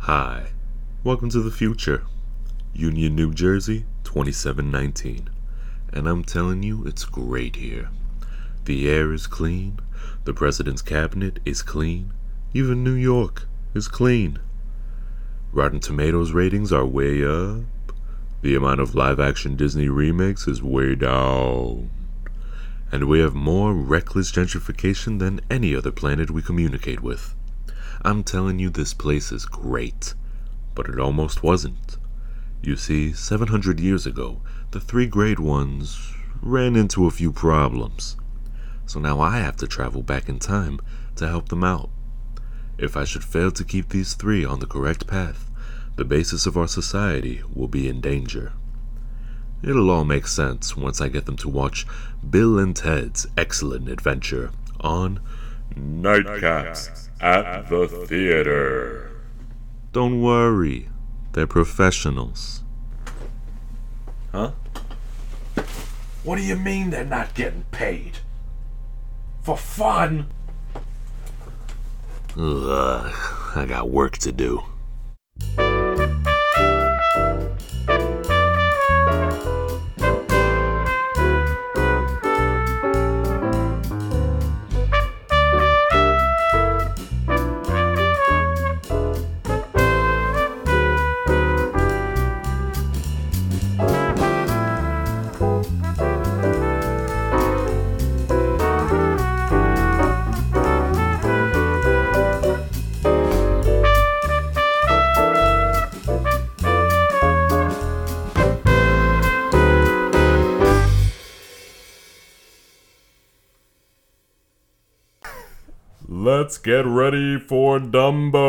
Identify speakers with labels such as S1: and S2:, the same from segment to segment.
S1: Hi, welcome to the future. Union, New Jersey, 2719. And I'm telling you, it's great here. The air is clean, the president's cabinet is clean, even New York is clean. Rotten Tomatoes ratings are way up, the amount of live action Disney remakes is way down. And we have more reckless gentrification than any other planet we communicate with. I'm telling you, this place is great. But it almost wasn't. You see, 700 years ago, the three grade ones ran into a few problems. So now I have to travel back in time to help them out. If I should fail to keep these three on the correct path, the basis of our society will be in danger. It'll all make sense once I get them to watch Bill and Ted's Excellent Adventure on Nightcaps at the Theater. Don't worry, they're professionals. Huh?
S2: What do you mean they're not getting paid? For fun?
S1: Ugh, I got work to do. Let's get ready for Dumbo.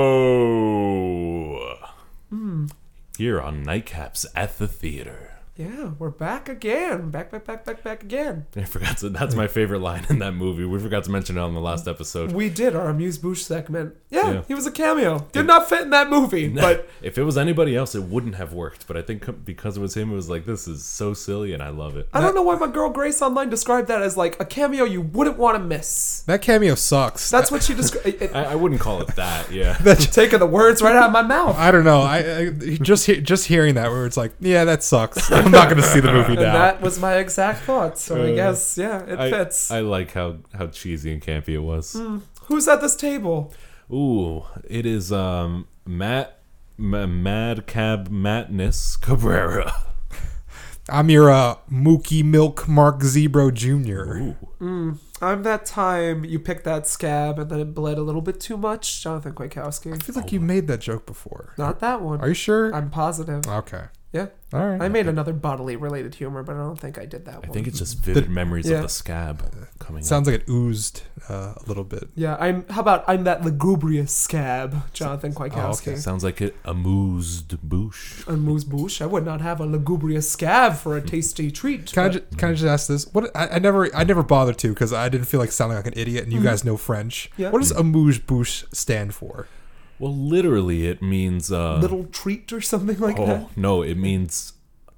S1: Here on Nightcaps at the Theater.
S3: Yeah, we're back again. Back, back, back, back, back again.
S4: I forgot to. That's my favorite line in that movie. We forgot to mention it on the last episode.
S3: We did our Amuse Bouche segment. Yeah,
S4: Yeah.
S3: he was a cameo. Did not fit in that movie, but
S4: if it was anybody else, it wouldn't have worked. But I think c- because it was him, it was like this is so silly, and I love it.
S3: I don't know why my girl Grace online described that as like a cameo you wouldn't want to miss.
S5: That cameo sucks.
S3: That's what she described.
S4: I, I wouldn't call it that. Yeah,
S3: Taking the words right out of my mouth.
S5: I don't know. I, I just he- just hearing that where it's like, yeah, that sucks. I'm not going to see the movie
S3: And
S5: now.
S3: that was my exact thought. So I
S4: Uh,
S3: guess, yeah, it
S4: I,
S3: fits.
S4: I like how how cheesy and campy it was.
S3: Who's at this table?
S4: Ooh, it is um Matt M- Mad Cab Madness Cabrera.
S5: I'm your uh, Mookie Milk Mark Zebro Jr.
S4: Ooh,
S3: I'm that time you picked that scab and then it bled a little bit too much. Jonathan
S5: I
S3: Kwiatkowski.
S5: feel like you made that joke before.
S3: Not that one.
S5: Are you sure?
S3: I'm positive.
S5: okay.
S3: Yeah.
S5: All right.
S3: I made another bodily related humor, but I don't think I did that
S4: I
S3: one.
S4: think it's just vivid memories
S3: yeah.
S4: of the scab coming. up.
S5: Sounds like it oozed uh, a little bit.
S3: Yeah, I'm. How about I'm that lugubrious scab, Jonathan
S4: Oh,
S3: Kwiatkowski?
S4: Sounds like it amused bouche.
S3: And Moose Boosh, I would not have a lugubrious scab for a tasty treat.
S5: Can I,
S3: but-
S5: ju- can I just ask this? What I, I never I never bothered to because I didn't feel like sounding like an idiot, and you guys know French.
S3: Mm-hmm. Yeah.
S5: What does amuse bouche stand for?
S4: Well, literally, it means uh,
S3: little treat or something like that?
S4: Oh no, it means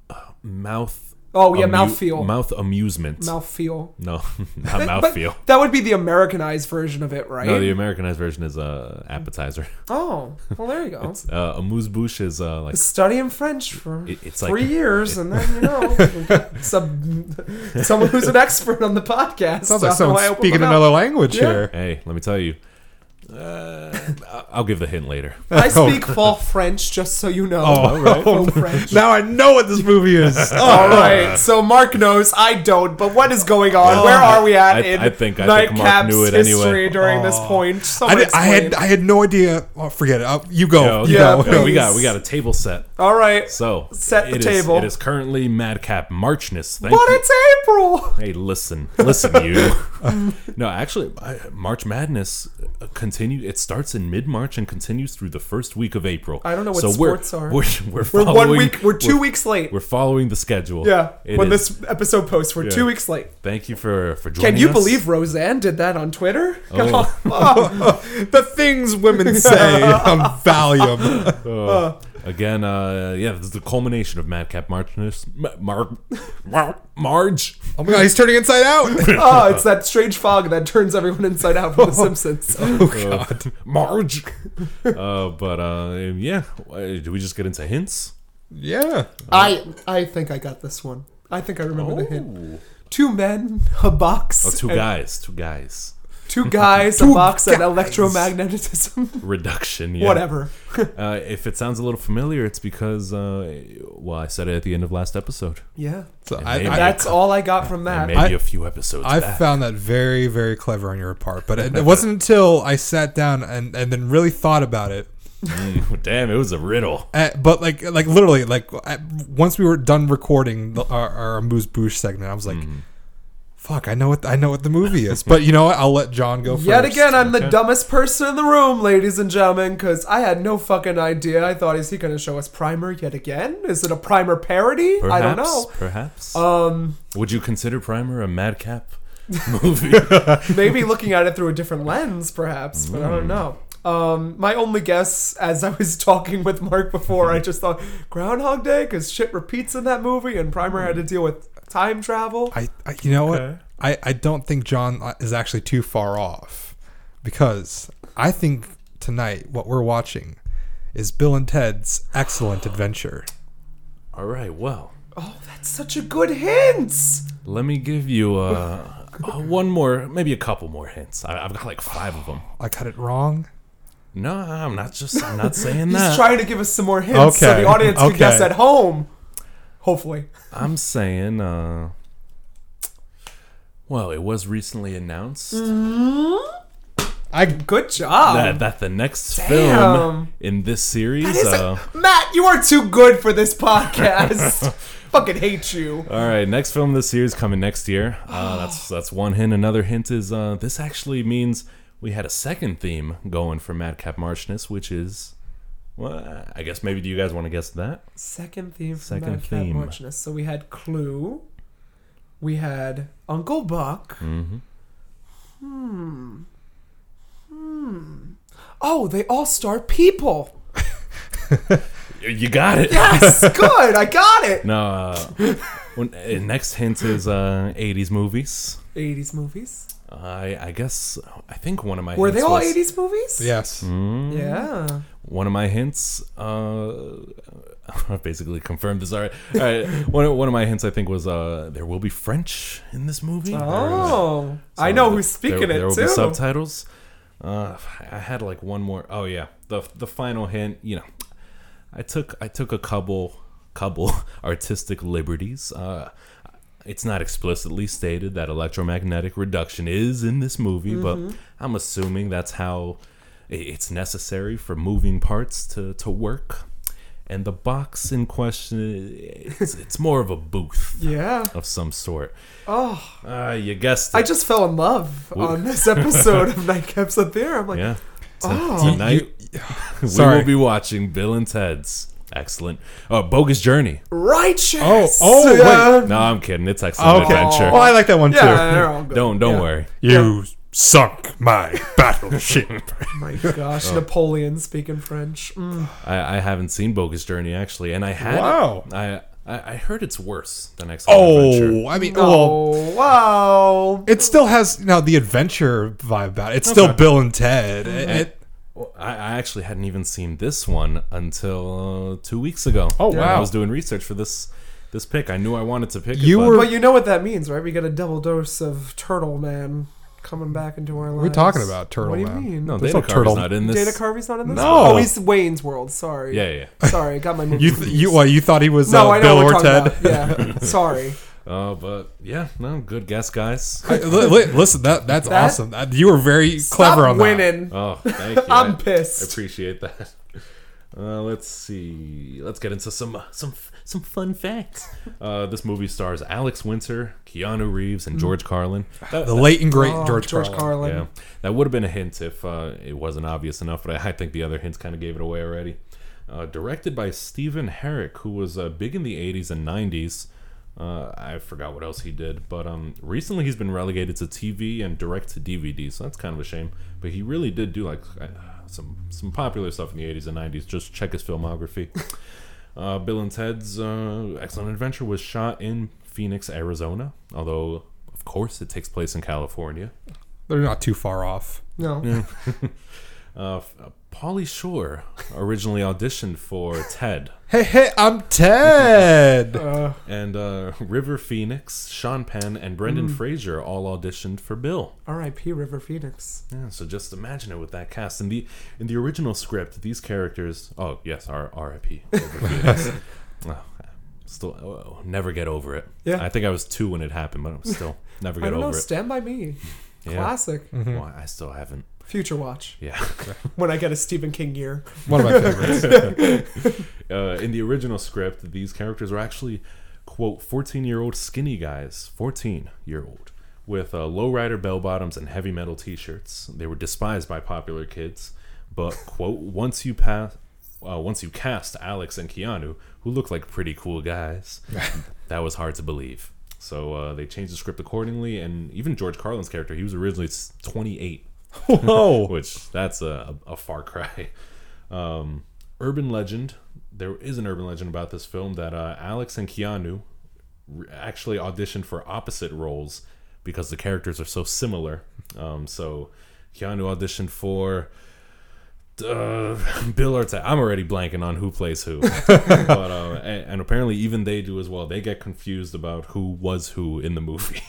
S4: uh, mouth.
S3: Oh, yeah,
S4: amu-
S3: mouthfeel.
S4: Mouth amusement.
S3: Mouthfeel.
S4: no,
S3: But-
S4: not
S3: but
S4: mouthfeel.
S3: That would be the Americanized version of it, right?
S4: No, the Americanized version is uh, appetizer.
S3: oh, well, there you go.
S4: Uh, amuse bouche is uh, like
S3: Studying French for
S4: It- it's
S3: three
S4: like-
S3: years, and then, you know, some, someone who's an expert on the podcast.
S5: Sounds
S3: so I
S5: like someone
S3: open
S5: speaking
S3: my mouth.
S5: another language
S3: Yeah.
S5: here.
S4: hey, let me tell you. Uh, I- I'll give the hint later.
S3: I speak false French, just so you know.
S5: Oh, all right.
S3: Faux French.
S5: Now I know what this movie is.
S3: All right, so Mark knows I don't, but what is going on? Where are we at
S4: I-
S3: in
S4: I think- I think Mark
S3: Nightcap's
S4: knew it
S3: history
S4: anyway.
S3: during this point? Someone
S5: I, did, I had
S3: explain.
S5: I had no idea. Oh, forget it. Uh, you go. You
S3: Yeah,
S5: go.
S3: okay.
S4: we got we got a table set.
S3: All right,
S4: So
S3: Set the
S4: it is-
S3: table.
S4: it is currently Madcap Marchness. Thank
S3: but
S4: you.
S3: it's April.
S4: Hey, listen, listen, you. no, actually, I, March Madness uh, continue. It starts in mid March and continues through the first week of April.
S3: I don't know what sports
S4: we're,
S3: are.
S4: We're, we're,
S3: We're
S4: following,
S3: one week. We're 2 weeks late.
S4: We're following the schedule.
S3: yeah,
S4: It
S3: when
S4: is.
S3: this episode posts, we're two
S4: Yeah.
S3: weeks late.
S4: Thank you for for joining.
S3: Can you
S4: us.
S3: believe Roseanne did that on Twitter?
S4: Oh.
S3: Come on.
S5: the things women say on Valium.
S4: Uh, Again, uh, yeah, this is the culmination of Madcap Marchness. Mar- Mar- Marge.
S5: Oh my god, he's turning inside out.
S3: Oh, it's that strange fog that turns everyone inside out from The Simpsons.
S4: God. Uh, Marge. uh, but uh, yeah, uh, do we just get into hints?
S5: yeah.
S3: I I think I got this one. I think I remember the hint. Two men, a box,
S4: Oh, two
S3: and-
S4: guys. Two guys.
S3: two guys, a box, and electromagnetism.
S4: Reduction. Yeah.
S3: Whatever.
S4: Uh, if it sounds a little familiar, it's because, uh, well, I said it at the end of last episode.
S3: Yeah,
S5: So
S4: And
S5: I,
S4: maybe-
S5: I,
S3: that's all I got
S4: And
S3: from that.
S4: maybe
S5: I-
S4: a few episodes
S5: I
S4: back.
S5: found that very, very clever on your part. But it, it wasn't until I sat down and, and then really thought about it.
S4: Mm, Damn, it was a riddle.
S5: Uh, but like, like literally, like I, once we were done recording the, our, our Moose Boosh segment, I was like,
S3: Mm-hmm.
S5: "Fuck, I know what I know what the movie is." but you know what? I'll let John go first.
S3: Yet again, I'm the dumbest person in the room, ladies and gentlemen, because I had no fucking idea. I thought, is he going to show us Primer yet again? Is it a Primer parody? I
S4: Perhaps,
S3: don't know.
S4: Perhaps. Um, Would you consider Primer a madcap movie?
S3: Maybe looking at it through a different lens, perhaps, but I
S4: Hmm.
S3: don't know. Um, my only guess, as I was talking with Mark before, I just thought Groundhog Day, because shit repeats in that movie, and Primer had to deal with time travel.
S5: I, I you know what? I, I don't think John uh, is actually too far off because I think tonight what we're watching is Bill and Ted's Excellent Adventure.
S4: All right. Well,
S3: Oh, that's such a good hint!
S4: let me give you uh, uh, one more, maybe a couple more hints. I, I've got like five of them.
S5: I got it wrong.
S4: No, I'm not just. I'm not saying
S3: He's
S4: that.
S3: trying to give us some more hints so
S5: Okay,
S3: the audience can
S5: okay.
S3: guess at home. Hopefully.
S4: I'm saying. Uh, well, it was recently announced
S3: Mm.
S5: I
S3: Good job.
S4: that, that the next
S3: Um, Damn.
S4: film in this series.
S3: That is-
S4: uh,
S3: Matt, you are too good for this podcast. Fucking hate you.
S4: All right, next film this year is coming next year. Uh, that's that's one hint. Another hint is uh, this actually means we had a second theme going for Madcap Marchness, which is, well, I guess maybe do you guys want to guess that?
S3: Second theme from
S4: Second
S3: Madcap
S4: theme.
S3: Marchness. So we had Clue. We had Uncle Buck. Hmm.
S4: Mm-hmm.
S3: Hmm. Oh, they all star people.
S4: Y- You got it.
S3: Yes, good. I got it.
S4: No. Uh, when, uh, next hint is uh, '80s movies.
S3: 80s movies.
S4: I I guess I think one of my
S3: Were
S4: hints
S3: they all
S4: was-
S3: 80s movies?
S5: yes.
S3: Yeah.
S4: one of my hints uh I basically confirmed this all right, all right. One, of- one of my hints i think was uh there will be french in this movie
S3: Oh. I know who's
S4: There-
S3: speaking
S4: there,
S3: it
S4: will
S3: too.
S4: be subtitles uh i had like one more oh yeah the the final hint you know i took i took a couple couple artistic liberties uh it's not explicitly stated that electromagnetic reduction is in this movie,
S3: Mm-hmm.
S4: but I'm assuming that's how i- it's necessary for moving parts to, to work. And the box in question, it's, it's more of a booth
S3: yeah.
S4: of some sort. Oh, uh, you guessed it.
S3: I just fell in love on this episode of Nightcaps Up There. I'm like,
S4: yeah. T-
S3: Oh.
S4: Tonight, we
S5: Sorry.
S4: will be watching Bill and Ted's excellent, uh, bogus journey.
S3: righteous.
S5: Oh, oh,
S3: yeah.
S4: No, I'm kidding. It's excellent
S5: Okay.
S4: adventure.
S5: Oh, I like that one
S3: Yeah, they're
S5: too.
S3: all good.
S4: Don't don't worry.
S5: You sunk my battleship.
S3: My gosh, Napoleon speaking French. Mm.
S4: I, I haven't seen Bogus Journey actually, and I had.
S5: Wow.
S4: I I, I heard it's worse than Excellent Adventure.
S5: oh, I mean, well,
S3: oh wow.
S5: it still has now the adventure vibe about it. It's still Bill and Ted. It- it-
S4: Well, I, I actually hadn't even seen this one until uh, two weeks ago. Oh I
S5: wow.
S4: was doing research for this this pick. I knew I wanted to pick.
S5: You
S4: it, but-
S5: were-
S3: But you know what that means, right? We get a double dose of Turtle Man coming back into our lives.
S5: we're talking about Turtle
S3: What do you
S5: Man.
S3: mean?
S4: no
S5: there's
S4: Dana Carvey's
S5: no turtle.
S4: not in this.
S3: Dana Carvey's not in this.
S4: No.
S3: Oh, he's Wayne's World. Sorry.
S4: Yeah, yeah.
S3: Sorry, got my name.
S5: You th-
S3: confused.
S5: you well, you thought he was
S3: no,
S5: uh,
S3: I know
S5: Bill
S3: what
S5: or
S3: we're
S5: Ted.
S3: talking About. Yeah. Sorry.
S4: Oh, but yeah, no, good guess, guys.
S5: Hey, li- li- Listen, that that's
S3: That-
S5: awesome. That- You were very clever
S3: Stop
S5: on that.
S3: winning.
S4: Oh, thank you.
S3: I'm
S4: I-
S3: pissed.
S4: I appreciate that. Uh, let's see. Let's get into some uh, some some fun facts. Uh, this movie stars Alex Winter, Keanu Reeves,
S3: Mm-hmm.
S4: and George Carlin. That-
S5: The late and great
S3: Oh,
S5: George,
S3: George
S5: Carlin.
S3: Carlin.
S4: Yeah, that would have been a hint if uh, it wasn't obvious enough, but I, I think the other hints kind of gave it away already. Uh, directed by Stephen Herrick, who was uh, big in the 80s and 90s. Uh, I forgot what else he did, but um, recently he's been relegated to TV and direct to DVD, so that's kind of a shame. But he really did do like uh, some some popular stuff in the 80s and 90s. Just check his filmography. Uh, Bill and Ted's uh, Excellent Adventure was shot in Phoenix, Arizona, although of course it takes place in California.
S5: They're not too far off.
S3: No.
S4: Uh, f- uh, Pauly Shore originally auditioned for Ted,
S5: Hey, hey, I'm Ted.
S3: Uh,
S4: and uh, River Phoenix, Sean Penn, and Brendan
S3: Mm.
S4: Fraser all auditioned for Bill.
S3: R.I.P. River Phoenix.
S4: Yeah, so just imagine it with that cast. In the in the original script, these characters. Oh yes, R R.I.P. River Phoenix. Oh, still, oh, never get over it.
S3: Yeah.
S4: I think I was two when it happened, but I'm still never
S3: I
S4: get
S3: don't know. Mm-hmm.
S4: over it.
S3: Stand by Me.
S4: Yeah.
S3: Classic.
S4: Well, I still haven't.
S3: Future Watch.
S4: Yeah.
S3: When I get a Stephen King year.
S5: One of my favorites.
S4: uh, in the original script, these characters were actually quote 14 year old skinny guys, 14 year old, with uh, lowrider bell bottoms and heavy metal t shirts. They were despised by popular kids, but quote once you pass. Uh, once you cast Alex and Keanu, who looked like pretty cool guys, that was hard to believe. So uh, they changed the script accordingly, and even George Carlin's character, he was originally s- 28
S5: Whoa.
S4: which that's a, a far cry. Um, urban legend. There is an urban legend about this film that uh, Alex and Keanu r- actually auditioned for opposite roles because the characters are so similar. Um, so Keanu auditioned for uh, Bill or Ted. I'm already blanking on who plays who. but, uh, a- and, apparently, even they do as well. They get confused about who was who in the movie.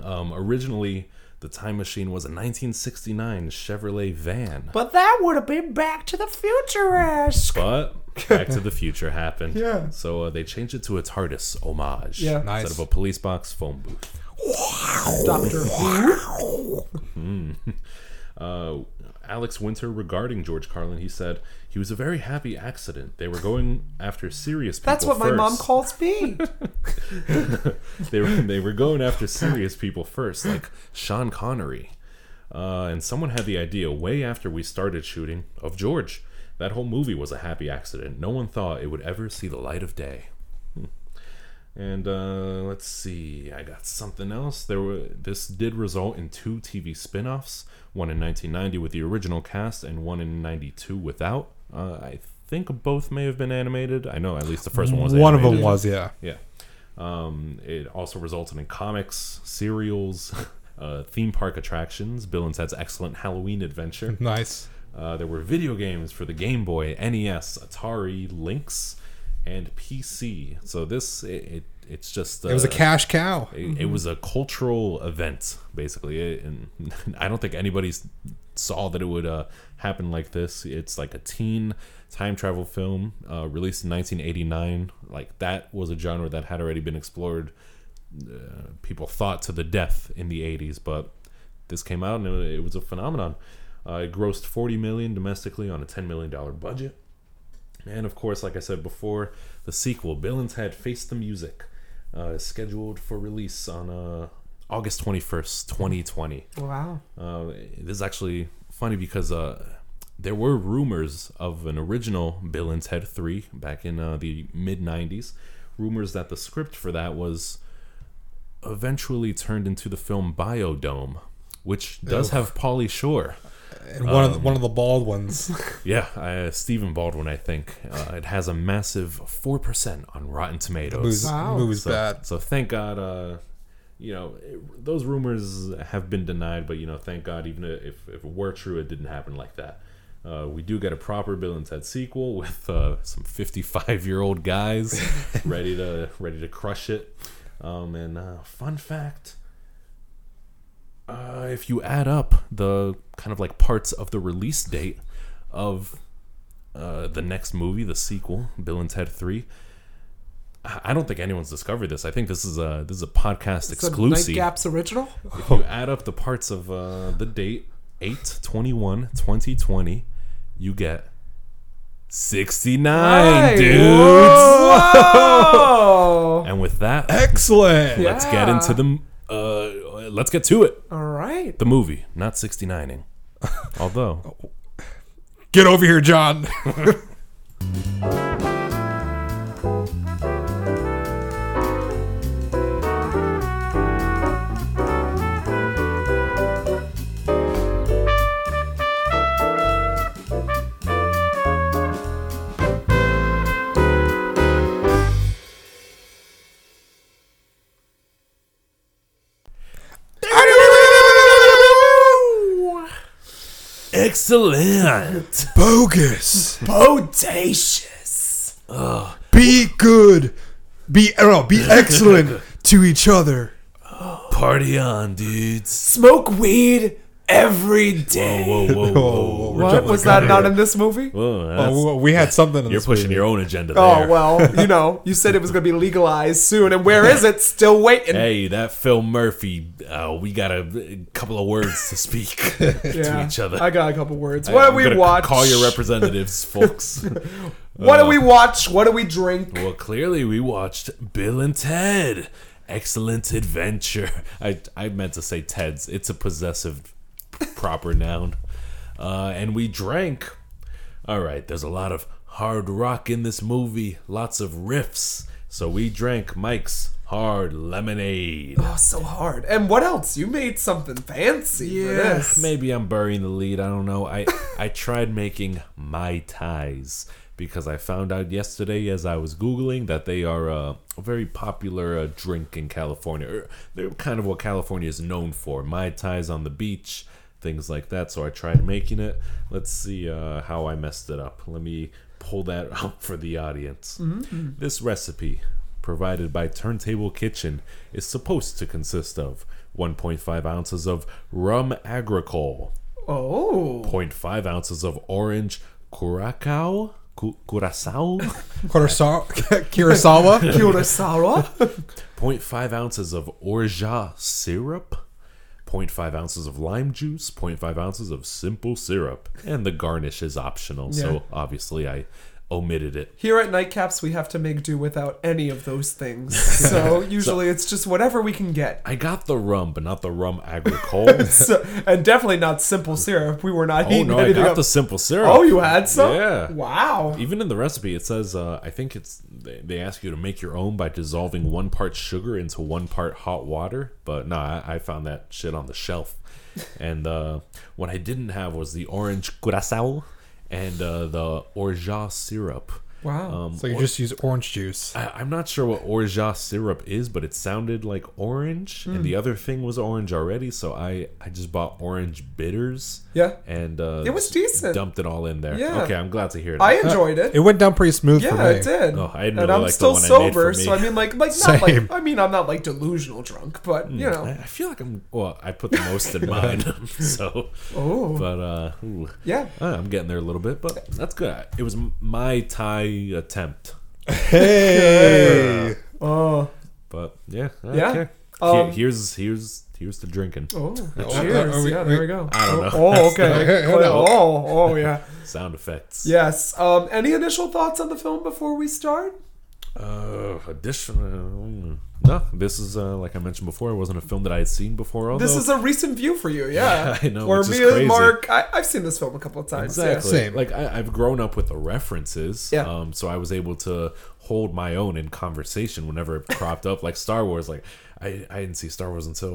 S4: um, originally, the time machine was a 1969 Chevrolet van.
S3: But that would have been Back to the Future esque.
S4: But Back to the Future happened.
S3: Yeah.
S4: So uh, they changed it to a TARDIS homage.
S3: Yeah.
S5: Nice.
S4: Instead of a police box phone booth.
S3: Doctor.
S4: Uh, Alex Winter regarding George Carlin, he said he was a very happy accident. They were going after serious people.
S3: That's what my mom
S4: first."
S3: calls me.
S4: they were they were going after serious people first, like Sean Connery. Uh, and someone had the idea way after we started shooting of George. That whole movie was a happy accident. No one thought it would ever see the light of day. Hmm. And uh, let's see, I got something else. There were this did result in two TV spin-offs, one in 1990 with the original cast and one in 92 without. Uh, I think both may have been animated. I know at least the first one was
S5: One of them
S4: animated.
S5: was, yeah.
S4: Yeah. Um, it also resulted in comics, serials, uh, theme park attractions, Bill and Ted's Excellent Halloween Adventure.
S5: Nice.
S4: Uh, there were video games for the Game Boy, NES, Atari, Lynx, and PC. So this, it, it it's just uh,
S5: It was a cash cow.
S4: it, it was a cultural event basically It- and i don't think anybody s- saw that it would uh, happen like this it's like a teen time travel film uh, released in 1989 like that was a genre that had already been explored uh, people thought to the death in the 80s but this came out and it, it was a phenomenon uh, it grossed 40 million domestically on a 10 million dollar budget and of course, like I said before, the sequel, Bill and Ted Face the Music, uh, is scheduled for release on uh, August 21st, 2020.
S3: wow.
S4: Uh, this is actually funny because uh, there were rumors of an original Bill and Ted 3 back in uh, the mid 90s. Rumors that the script for that was eventually turned into the film Biodome, which does have Pauly Shore.
S5: And one
S4: um,
S5: of the, one of the bald ones.
S4: Yeah, uh, Stephen Baldwin, I think. Uh, it has a massive 4% on Rotten Tomatoes.
S5: Moves,
S3: Wow.
S5: moves
S4: so,
S5: bad.
S4: so thank God, uh, you know, it, those rumors have been denied, but, you know, thank God, even if, if it were true, it didn't happen like that. Uh, we do get a proper Bill and Ted sequel with uh, some 55 year old guys ready to ready to crush it. Um, and uh, fun fact uh, if you add up the kind of like parts of the release date of uh, the next movie, the sequel, Bill and Ted Three, I I don't think anyone's discovered this. I think this is a this is a podcast
S3: It's a
S4: exclusive.
S3: Night Gap's original?
S4: If you add up the parts of uh, the date 8 21 2020, you get 69,
S3: Hey,
S4: dudes.
S3: Whoa!
S4: And with that,
S5: Excellent.
S4: let's get
S3: Yeah.
S4: into the uh, let's get to it.
S3: All right.
S4: The movie, not 69ing. Although,
S5: Get over here, John.
S4: Excellent.
S5: Bogus.
S3: Bodacious.
S5: be good. Be no, be excellent to each other.
S4: Party on, dudes.
S3: Smoke weed every day.
S4: Whoa, whoa, whoa.
S5: Oh,
S3: What was that not in this movie?
S4: whoa that's-
S5: Oh, we had something. In
S4: you're
S5: this
S4: pushing
S5: movie.
S4: your own agenda there.
S3: Oh well, you know, you said it was going to be legalized soon, and where is it? Still waiting.
S4: Hey, that Phil Murphy. Uh, we got a, couple of words to speak to
S3: Yeah.
S4: each other.
S3: I got a couple words. What do
S4: I'm
S3: we
S4: gonna
S3: watch?
S4: Call your representatives, folks.
S3: What do we watch? What do we drink?
S4: well, clearly we watched Bill and Ted. Excellent adventure. I I meant to say Ted's. It's a possessive proper noun. Uh, and we drank. All right, there's a lot of hard rock in this movie. Lots of riffs. So we drank Mike's hard lemonade.
S3: Oh, so hard. And what else? You made something fancy for this.
S4: Maybe I'm burying the lead. I don't know. I I tried making my ties because I found out yesterday as I was googling that they are uh, a very popular uh, drink in California. Or They're kind of what California is known for: mai tais on the beach, things like that. So I tried making it. Let's see uh, how I messed it up. Let me pull that out for the audience. This recipe provided by Turntable Kitchen is supposed to consist of 1.5 ounces of rum agricole,
S3: Oh,
S4: 0.5 ounces of orange curacao, cu- curacao,
S5: Kurosawa. Kurosawa.
S3: Kurosawa.
S4: 0.5 ounces of orgeat syrup, 0.5 ounces of lime juice, 0.5 ounces of simple syrup, and the garnish is optional.
S3: Yeah.
S4: So obviously I omitted it.
S3: Here at Nightcaps, we have to make do without any of those things. So usually it's just whatever we can get.
S4: I got the rum, but not the rum agricole.
S3: So, and definitely not simple syrup. We were not
S4: Oh
S3: eating
S4: no, I
S3: anything
S4: got
S3: up-
S4: the simple syrup.
S3: Oh, you had some?
S4: Yeah. Um,
S3: Wow.
S4: Even in the recipe, it says uh, I think it's they, they ask you to make your own by dissolving one part sugar into one part hot water. But no, I, I found that shit on the shelf. and uh, what I didn't have was the orange curacao and uh, the orgeat syrup.
S3: Wow.
S4: Um,
S5: so you just use orange juice.
S4: I, I'm not sure what orgeat syrup is, but it sounded like orange,
S3: Hmm.
S4: and the other thing was orange already. So I I just bought orange bitters.
S3: Yeah.
S4: and uh,
S3: It was
S4: just
S3: decent.
S4: Dumped it all in there.
S3: Yeah.
S4: Okay, I'm glad to hear that.
S3: I enjoyed it.
S5: It went down pretty smooth for
S3: yeah,
S5: me.
S3: it did.
S4: Oh, I didn't
S3: and
S4: really
S3: I'm
S4: like the
S3: still
S4: one I made
S3: sober,
S4: for me.
S3: so I mean, like, like not
S5: Same.
S3: like I mean, I'm not like delusional drunk, but you know,
S4: Hmm, I feel like I'm. Well, I put the most in mine, so.
S3: Oh.
S4: But uh, ooh.
S3: yeah.
S4: Uh, I'm getting there a little bit, but that's good. It was my Thai attempt,
S5: Hey.
S3: Oh,
S4: but yeah, okay.
S3: Yeah.
S4: Here-
S3: Um,
S4: here's here's here's the drinking.
S3: oh,
S5: are
S3: cheers!
S5: we-
S3: yeah,
S5: we-
S3: there we go.
S4: I don't know.
S3: Oh, okay.
S5: Hold on.
S3: oh, oh, yeah.
S4: Sound effects.
S3: Yes. Um, any initial thoughts on the film before we start?
S4: Uh, additional. No, this is uh, like I mentioned before. It wasn't a film that I had seen before. Although
S3: This is a recent view for you,
S4: Yeah,
S3: yeah.
S4: I know,
S3: Or
S4: which
S3: me
S4: is
S3: and
S4: crazy.
S3: Mark, I, I've seen this film a couple of times. yeah.
S4: Exactly.
S5: Same.
S4: Like I, I've grown up with the references,
S3: Yeah.
S4: um, so I was able to hold my own in conversation whenever it cropped up. Like Star Wars, like I, I didn't see Star Wars until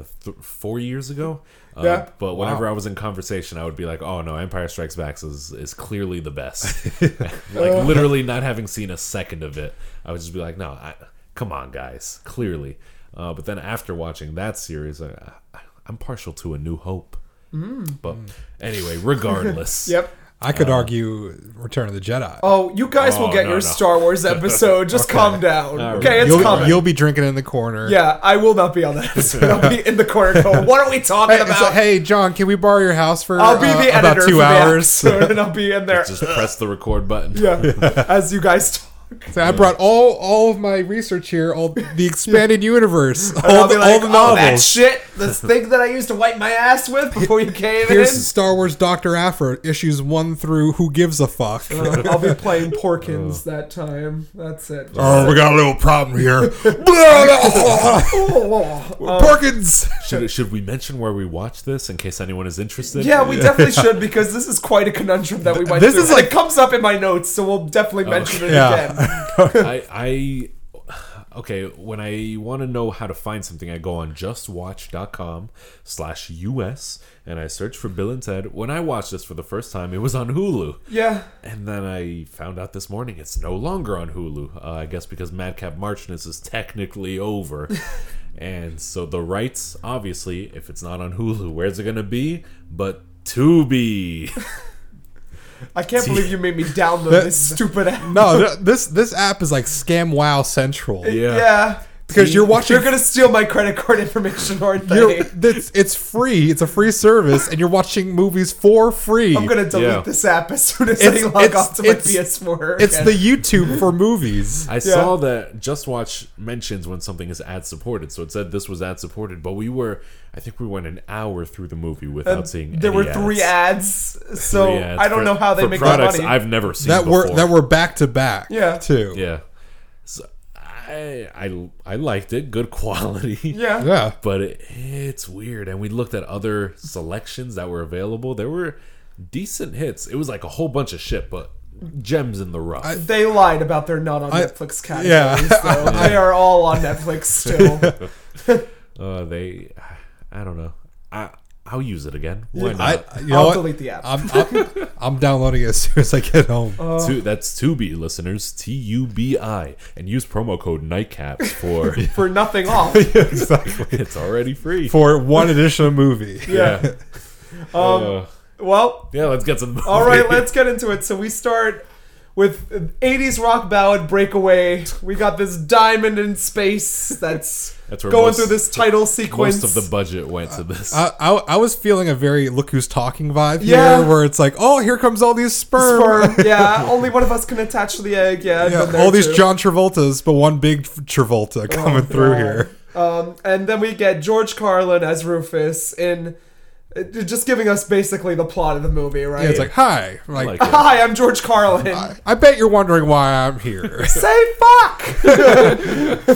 S4: uh, th- four years ago. Uh,
S3: Yeah.
S4: But whenever I was in conversation, I would be like, "Oh no, Empire Strikes Back is is clearly the best."
S3: Uh.
S4: like literally not having seen a second of it, I would just be like, "No, I, come on, guys, clearly." Uh, but then after watching that series, I, I, I'm partial to A New Hope. But anyway, regardless,
S3: Mm-hmm. Yep.
S5: I could argue Return of the Jedi.
S3: Uh, Oh, you guys will
S4: Oh,
S3: get
S4: no,
S3: your
S4: no.
S3: Star Wars episode. Just calm down.
S4: All
S3: Okay,
S4: right.
S3: it's
S5: you'll,
S3: coming.
S5: you'll be drinking in the corner.
S3: yeah, I will not be on that episode. I'll be in the corner going, what are we talking
S5: Hey, it's
S3: about?
S5: like, hey, John, can we borrow your house for
S3: I'll be
S5: uh,
S3: the editor
S5: about two
S3: for
S5: hours?
S3: the episode, and I'll be in there.
S4: just press the record button.
S3: yeah, as you guys talk.
S5: So I brought all all of my research here, all the expanded universe,
S3: And I'll
S5: all
S3: be
S5: the, all
S3: like,
S5: the
S3: oh, that
S5: novels.
S3: shit, this thing that I used to wipe my ass with before you came
S5: Here's
S3: in.
S5: Star Wars Doctor Aphra issues one through Who Gives a Fuck.
S3: Uh, I'll be playing Porkins that time. That's it.
S5: Oh, we got a little problem here. Parkins.
S3: Oh.
S4: Should should we mention where we watch this in case anyone is interested?
S3: yeah, we definitely should because this is quite a conundrum that we went
S5: This
S3: through.
S5: is
S3: And
S5: like- Oh.
S3: it comes up in my notes, so we'll definitely mention it again.
S5: Yeah.
S4: I, I okay. When I want to know how to find something, I go on justwatch.com/us and I search for Bill and Ted. When I watched this for the first time, it was on Hulu.
S3: Yeah.
S4: And then I found out this morning it's no longer on Hulu. Uh, I guess because Madcap Marchness is technically over. and so the rights, obviously, if it's not on Hulu, where's it going to be? But Tubi.
S3: I can't believe you made me download this stupid app.
S5: No, th- this this app is like scam wow central
S4: Yeah.
S3: Yeah.
S5: because you're watching.
S3: You're gonna steal my credit card information, aren't
S5: you're-
S3: they?
S5: it's, it's free. It's a free service, and you're watching movies for free.
S3: I'm gonna delete
S4: Yeah.
S3: this app as soon as
S5: It's-
S3: I log
S5: it's-
S3: off to my
S5: it's-
S3: PS4.
S5: it's
S3: again.
S5: the YouTube for movies.
S4: I saw that Just Watch mentions when something is ad supported, so it said this was ad supported, but we were, I think we went an hour through the movie without seeing.
S3: there
S4: any
S3: were three ads, so
S4: Three ads
S3: I don't
S4: for-
S3: know how they
S4: for
S3: make that
S4: products
S3: money.
S4: I've never seen
S5: that
S4: before.
S5: were that were back to back.
S3: Yeah.
S5: too.
S4: yeah. So I, I I liked it. Good quality.
S3: yeah.
S5: yeah.
S4: But it, it's weird, and we looked at other selections that were available. There were decent hits. It was like a whole bunch of shit, but gems in the rough.
S3: They lied about their not on Netflix categories.
S5: yeah.
S3: though. they are all on Netflix still.
S4: uh, they, I don't know. I I'll use it again. Why not?
S5: I, you know
S3: I'll
S5: what? Uh,
S3: delete the app.
S5: I'm, I'm, I'm downloading it as soon as I get home.
S3: Oh,
S4: Tu- that's Tubi, listeners. T U B I, and use promo code Nightcaps for
S3: for nothing off.
S5: exactly.
S4: it's already free.
S5: For one additional movie.
S4: yeah. Uh,
S3: Well,
S4: yeah, let's get some.
S3: all right, let's get into it. So we start with an 80s rock ballad breakaway. We got this diamond in space that's,
S4: That's where
S3: going
S4: most-
S3: through this title sequence.
S4: Most of the budget went to this.
S5: I, I, I was feeling a very look who's talking vibe
S3: Yeah.
S5: here, where it's like, oh, here comes all these sperm,
S3: Sperm, yeah, only one of us can attach to the egg. Yeah, I've
S5: Yeah,
S3: been there
S5: all these
S3: too.
S5: John Travoltas, but one big
S3: Oh,
S5: Travolta coming through here.
S3: Um, and then we get George Carlin as Rufus in uh, just giving us basically the plot of the movie, right?
S5: Yeah, it's like, hi, like,
S4: like it.
S3: hi, I'm George Carlin.
S5: I bet you're wondering why I'm here.
S3: Say fuck.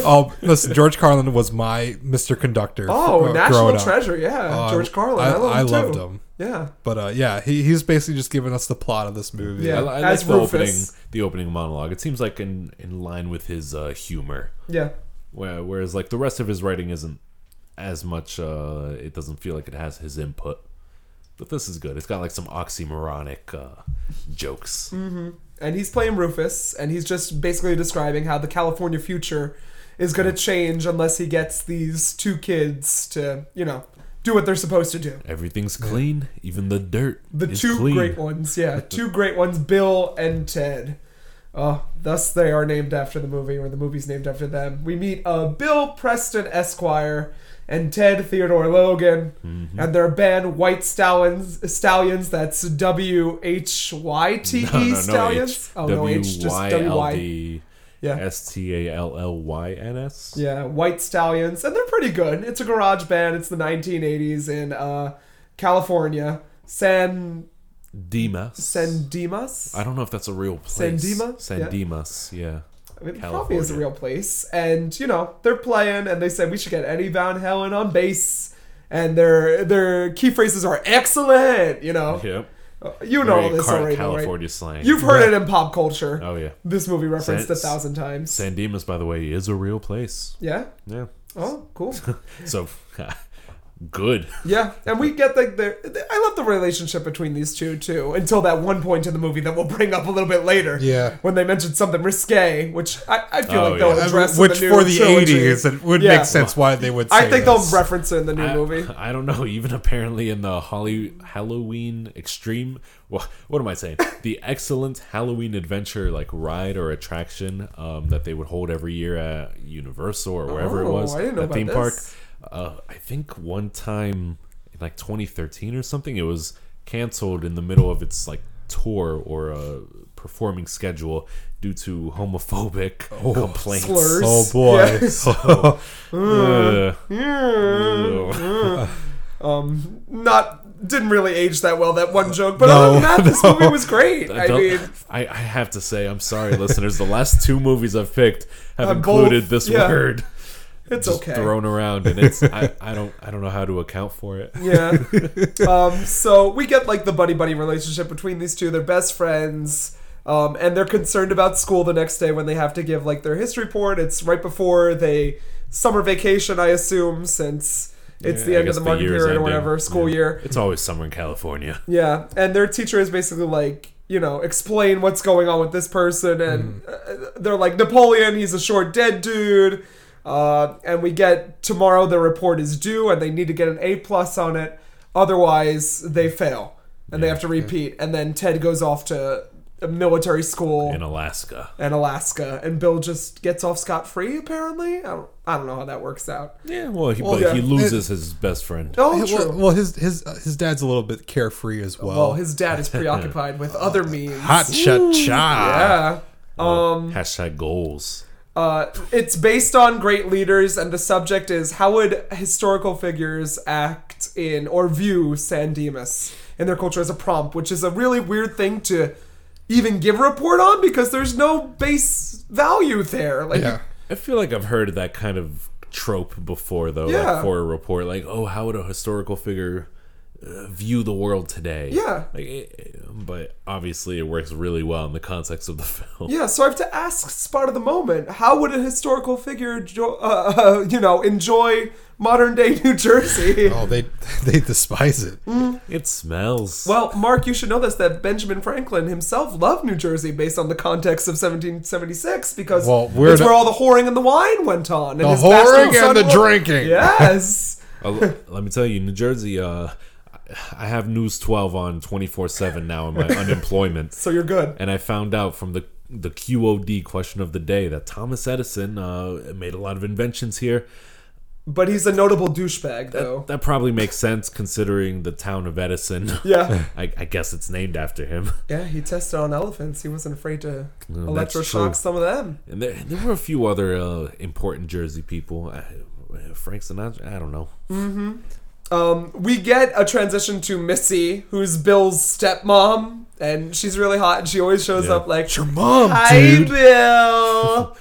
S5: oh, listen, George Carlin was my Mr. Conductor.
S3: Oh,
S5: uh, growing
S3: National
S5: up.
S3: Treasure. Yeah,
S5: Uh,
S3: George Carlin. I, love him too.
S5: loved him.
S3: Yeah.
S5: But uh, yeah, he, he's basically just giving us the plot of this movie.
S4: I, I
S3: Yeah.
S4: like
S3: As
S4: the
S3: Rufus.
S4: opening, the opening monologue. It seems like in in line with his uh, humor,
S3: Yeah.
S4: where, whereas like the rest of his writing isn't as much. Uh, it doesn't feel like it has his input. But this is good. It's got like some oxymoronic uh, jokes.
S3: Mm. And he's playing Rufus, and he's just basically describing how the California future is going to change unless he gets these two kids to, you know, do what they're supposed to do.
S4: Everything's clean, even the dirt.
S3: The
S4: is
S3: two
S4: clean.
S3: great ones, yeah, two great ones, Bill and Ted. Uh, thus, they are named after the movie, or the movie's named after them. We meet uh, Bill Preston Esquire and Ted Theodore Logan,
S4: Mm-hmm.
S3: and their band White Stallions. Stallions. That's W H Y T
S4: No, no,
S3: E
S4: no,
S3: Stallions.
S4: H.
S3: Oh no, H just W Y.
S4: W-Y-L-D,
S3: Yeah,
S4: S-T-A-L-L-Y-N-S?
S3: yeah, White Stallions, and they're pretty good. It's a garage band. It's the 1980s in uh, California, San
S4: Dimas.
S3: San Dimas.
S4: I don't know if that's a real place.
S3: Sandima?
S4: San
S3: Yeah.
S4: Dimas, yeah.
S3: I mean, it probably is a
S4: California.
S3: real place. And you know, they're playing, and they said we should get Eddie Van Helen on bass. And their their key phrases are excellent. You know,
S4: Yep.
S3: Uh, you know all
S4: Very
S3: this
S4: Car-
S3: already, though, right?
S4: California slang.
S3: You've heard it in pop culture.
S4: Oh, yeah.
S3: This movie referenced
S4: San-
S3: a thousand times.
S4: San Dimas, by the way, is a real place.
S3: yeah.
S4: Yeah.
S3: Oh, cool.
S4: So, good.
S3: yeah, and we get like the. I love the relationship between these two too. Until that one point in the movie that we'll bring up a little bit later.
S5: Yeah.
S3: When they mentioned something risque, which I, I feel
S4: Oh,
S3: like they'll
S4: yeah.
S3: address. in
S5: Which
S3: the new
S5: for the
S3: trilogy.
S5: 80s, it would
S3: Yeah.
S5: make sense why they would say
S3: I think
S5: this.
S3: they'll reference it in the new
S4: I-
S3: movie.
S4: I, don't know. Even apparently in the Holly Halloween extreme, wha- what am I saying? the excellent Halloween adventure like ride or attraction um, that they would hold every year at Universal or wherever it
S3: Oh,
S4: was,
S3: I didn't know
S4: that
S3: about
S4: theme
S3: this.
S4: park. Uh, I think one time in like 2013 or something, it was canceled in the middle of its like tour or uh, performing schedule due to homophobic complaints.
S3: Slurs.
S5: Oh boy.
S3: Yeah.
S5: So-
S4: Ugh. Ugh.
S3: um, not didn't really age that well that one joke, but
S5: No,
S3: other than that, this
S5: no.
S3: movie was great. I
S4: Don't-
S3: mean,
S4: I, I have to say, I'm sorry, listeners. The last two movies I've picked have
S3: Uh, both-
S4: included this
S3: yeah.
S4: word
S3: it's okay.
S4: thrown around, and it's I, I don't I don't know how to account for it.
S3: Yeah. um, so we get like the buddy buddy relationship between these two. They're best friends. Um, and they're concerned about school the next day when they have to give like their history report. It's right before they summer vacation, I assume, since it's
S4: Yeah,
S3: the
S4: I
S3: end of
S4: guess
S3: the
S4: the
S3: market
S4: year's
S3: period or
S4: ending.
S3: whatever, school
S4: Yeah.
S3: year.
S4: It's always summer in California.
S3: Yeah, and their teacher is basically like, you know, explain what's going on with this person, and uh, they're like Napoleon. He's a short dead dude, uh, and we get tomorrow the report is due, and they need to get an A plus on it, otherwise they fail. and they have to repeat. And then Ted goes off to a military school
S4: in Alaska.
S3: in Alaska, and Bill just gets off scot free. Apparently, I don't, I don't know how that works out.
S4: Yeah, well, he,
S5: Well,
S4: but
S5: yeah.
S4: he loses his best friend.
S3: Oh,
S5: Hey,
S3: true.
S5: well,
S3: Well,
S5: well, his his uh, his dad's a little bit carefree as well.
S3: his dad is preoccupied with other memes.
S5: hot cha
S3: Yeah.
S5: cha.
S3: Um,
S4: Hashtag goals.
S3: Uh, it's based on great leaders, and the subject is how would historical figures act in or view San Dimas in their culture as a prompt, which is a really weird thing to even give a report on because there's no base value there. Like,
S5: Yeah.
S4: I feel like I've heard that kind of trope before, though,
S3: Yeah.
S4: like for a report, like, oh, how would a historical figure uh, view the world today?
S3: Yeah.
S4: Like, it, but obviously, it works really well in the context of the film.
S3: Yeah, so I have to ask Spot of the Moment, how would a historical figure, jo- uh, uh, you know, enjoy modern day New Jersey?
S5: Oh, they they despise it.
S4: It smells.
S3: Well, Mark, you should know this that Benjamin Franklin himself loved New Jersey based on the context of 1776 because
S5: Well, we're
S3: it's
S5: the-
S3: where all the whoring and the wine went on. And
S5: The
S3: his bastard
S5: whoring and
S3: son
S5: the
S3: was-
S5: drinking.
S3: Yes.
S4: Uh, l- let me tell you, New Jersey, uh, I have News 12 on 24 7 now in my unemployment.
S3: so you're good.
S4: and I found out from the the QOD question of the day that Thomas Edison uh, made a lot of inventions here.
S3: But he's a notable douchebag, though.
S4: That probably makes sense considering the town of Edison.
S3: Oh. yeah.
S4: I, I guess it's named after him.
S3: Yeah, he tested on elephants. He wasn't afraid to
S4: that's
S3: electroshock
S4: true.
S3: some of them.
S4: And there, there were a few other uh, important Jersey people. I, Frank Sinatra? I don't know.
S3: Um, we get a transition to Missy, who's Bill's stepmom, and she's really hot. And she always shows
S4: Yeah.
S3: up like,
S5: Your mom,
S3: "Hi,
S5: dude.
S3: Bill."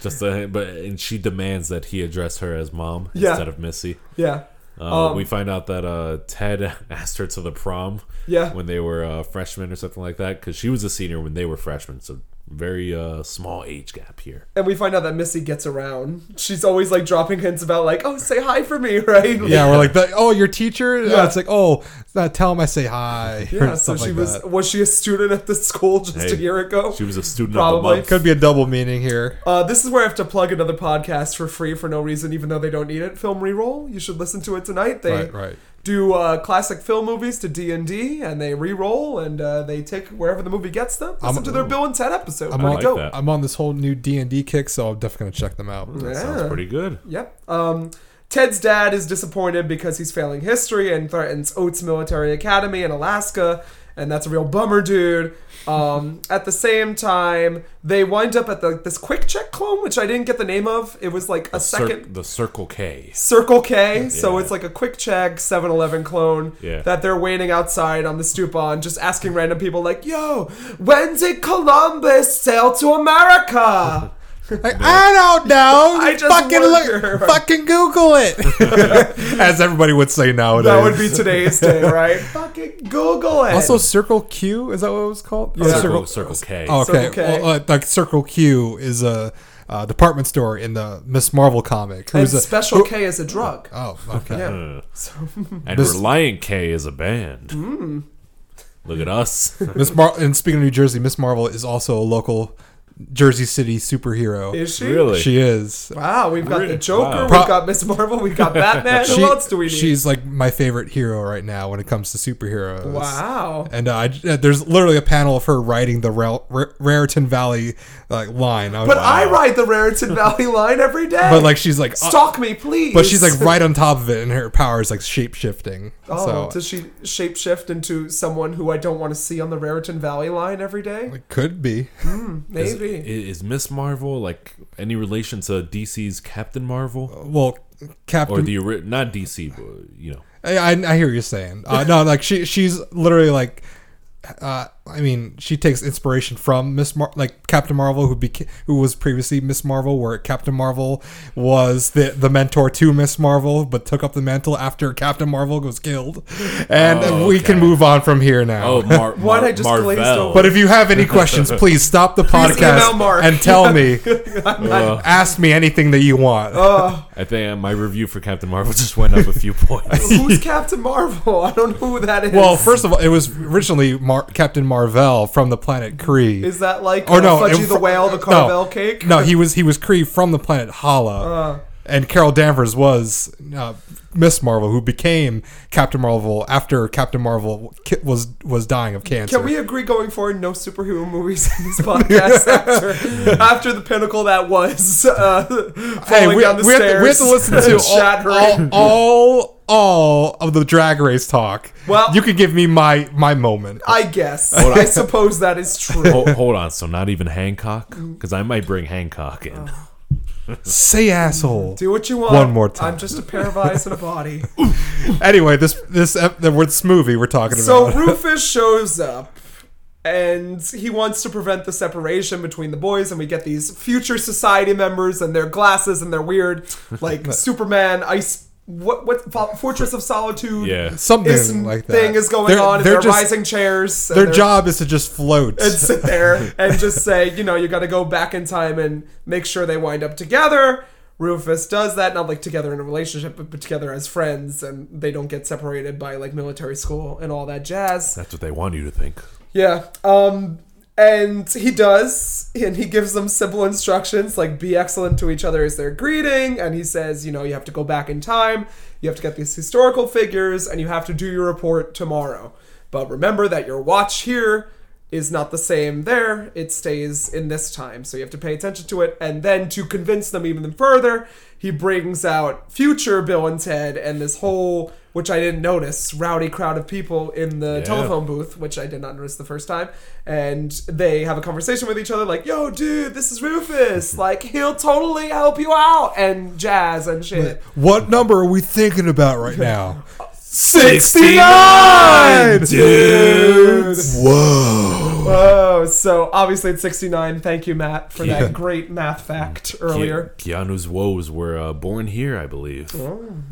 S4: Just a, but and she demands that he address her as mom
S3: Yeah.
S4: instead of Missy.
S3: yeah.
S4: Uh,
S3: Um,
S4: we find out that uh, Ted asked her to the prom
S3: Yeah.
S4: when they were uh, freshmen or something like that because she was a senior when they were freshmen. So very uh, small age gap here.
S3: And we find out that Missy gets around. She's always like dropping hints about like, oh, say hi for me, right? Like,
S5: Yeah, we're like, the, oh, your teacher. Uh,
S3: Yeah.
S5: it's like, oh, uh, tell him I say hi.
S3: Yeah, so
S5: or something
S3: she
S5: like
S3: was
S5: that.
S3: was she a student at the school just
S4: Hey,
S3: a year ago?
S4: She was a student of the
S3: Probably.
S4: month.
S5: Could be a double meaning here.
S3: Uh, this is where I have to plug another podcast for free for no reason, even though they don't need it. Film Reroll. You should listen to it tonight. They
S5: Right, right.
S3: do uh, classic film movies to D and D, and they re-roll and uh, they take wherever the movie gets them. Listen
S5: I'm-
S3: to their Bill and Ted episode.
S5: I'm
S3: Pretty
S5: on-
S4: like
S3: dope.
S4: that.
S5: I'm on this whole new D and D kick, so I'm definitely gonna check them out.
S3: Yeah.
S4: Sounds pretty good.
S3: Yep. Um, Ted's dad is disappointed because he's failing history and threatens Oates Military Academy in Alaska, and that's a real bummer, dude. Um, at the same time, they wind up at the, this quick check clone, which I didn't get the name of. It was like a
S4: Cir-
S3: second
S4: the Circle K.
S3: Circle K, so
S4: Yeah.
S3: it's like a quick check 7 Eleven clone
S4: Yeah.
S3: that they're waiting outside on the stoop on, just asking random people, like, yo, when did Columbus sail to America?
S5: Like, I don't know.
S3: I just
S5: fucking
S3: wonder.
S5: look, fucking Google it, as everybody would say nowadays.
S3: That would be today's day, right? Fucking Google it.
S5: also Circle Q. Is that what it was called? Or
S3: Yeah.
S4: Circle, Circle K.
S5: Oh, okay.
S3: Circle K.
S5: Well, uh, like Circle Q is a uh, department store in the Miss Marvel comic.
S3: and
S5: Who's a
S3: Special K is a drug.
S5: Oh, okay.
S3: Yeah.
S4: And Reliant K is a band.
S3: Mm.
S4: Look at us.
S5: Miss Mar- and speaking of New Jersey, Miss Marvel is also a local Jersey City superhero.
S3: Is she?
S4: really?
S5: She is.
S3: Wow, we've got the
S4: Really?
S3: Joker,
S4: Wow.
S3: we've got Miss Marvel, we've got Batman.
S5: She-
S3: Who else do we need?
S5: She's like my favorite hero right now when it comes to superheroes.
S3: wow.
S5: And uh, I, uh, there's literally a panel of her writing the Rel- R- Raritan Valley like line. I was
S3: But
S5: like,
S3: I
S5: wow.
S3: ride the Raritan Valley line every day.
S5: But like she's like, uh,
S3: stalk me, please.
S5: but she's like right on top of it, and her power is like shape shifting.
S3: Oh,
S5: so
S3: does she shapeshift into someone who I don't want to see on the Raritan Valley line every day?
S5: it could be.
S4: Is-
S3: Maybe.
S4: Is, Miss Marvel like any relation to DC's Captain
S3: Oh.
S4: Marvel
S5: Well, Captain.
S4: or the ori- not DC, but, you know?
S5: I, I, I hear you saying. Uh, no, like she she's literally like. Uh, I mean, she takes inspiration from Miss Mar- like Captain Marvel, who beca- who was previously Miss Marvel, where Captain Marvel was the the mentor to Miss Marvel, but took up the mantle after Captain Marvel was killed, and
S4: Oh,
S5: we can
S4: okay.
S5: move on from here now.
S4: Oh, Mar- Mar-
S3: Why did I just glazed
S4: Marvel.
S3: over?
S5: But if you have any questions, please stop the
S3: email
S5: podcast
S3: Mark.
S5: and tell me,
S4: Uh,
S5: ask me anything that you want.
S4: I think uh, my review for Captain Marvel just went up a few points.
S3: Who's Captain Marvel? I don't know who that is.
S5: well, first of all, it was originally Mar- Captain Marvel from the planet Kree.
S3: is that like uh,
S5: or Oh, no,
S3: Fudgy
S5: it-
S3: the Whale, the
S5: no.
S3: Carvel cake? Uh.
S5: No, he was he was Kree from the planet Hala. and Carol Danvers was uh, Miss Marvel, who became Captain Marvel after Captain Marvel ki- was was dying of cancer.
S3: Can we agree going forward, no superhero movies in this podcast after, after the pinnacle that was uh, falling
S5: Hey, we,
S3: down the
S5: we have
S3: stairs?
S5: to, we have to listen to
S3: and shattering.
S5: all, all, all all of the drag race talk.
S3: Well-
S5: you could give me my my moment.
S3: I guess. I suppose that is true.
S4: Hold, hold on, so not even Hancock?
S3: Mm.
S4: Because I might bring Hancock in.
S3: Oh.
S5: Say asshole.
S3: Do what you want.
S5: One more time.
S3: I'm just a pair of eyes and a body.
S5: Anyway, this this ep- this movie we're talking
S3: so
S5: about.
S3: Rufus shows up and he wants to prevent the separation between the boys and we get these future society members and their glasses and their weird like Superman ice what what Fo- Fortress of Solitude
S4: Yeah.
S5: Something
S3: is-
S5: like that.
S3: thing is going
S5: They're-
S3: on and
S5: they're
S3: they're
S5: just-
S3: rising chairs and
S5: Their
S3: they're-
S5: job is to just float.
S3: and sit there and just say, you know, you got to go back in time and make sure they wind up together. Rufus does that, not like together in a relationship, but, but together as friends, and they don't get separated by like military school and all that jazz.
S4: That's what they want you to think.
S3: Yeah. Um, and he does, and he gives them simple instructions like be excellent to each other as they're greeting. And he says, you know, you have to go back in time, you have to get these historical figures, and you have to do your report tomorrow. But remember that your watch here is not the same there, it stays in this time. So you have to pay attention to it. And then to convince them even further, he brings out future Bill and Ted and this whole, which I didn't notice, rowdy crowd of people in the
S4: Yeah.
S3: telephone phone booth, which I did not notice the first time, and they have a conversation with each other, like, "Yo, dude, this is Rufus. Like, he'll totally help you out." And jazz and shit.
S5: what number are we thinking about right now?
S4: 69, dude!
S5: Whoa.
S3: Oh, so obviously it's sixty nine. Thank you, Matt, for that great math fact earlier. Oh.
S4: Keanu's woes were uh, born here, I believe.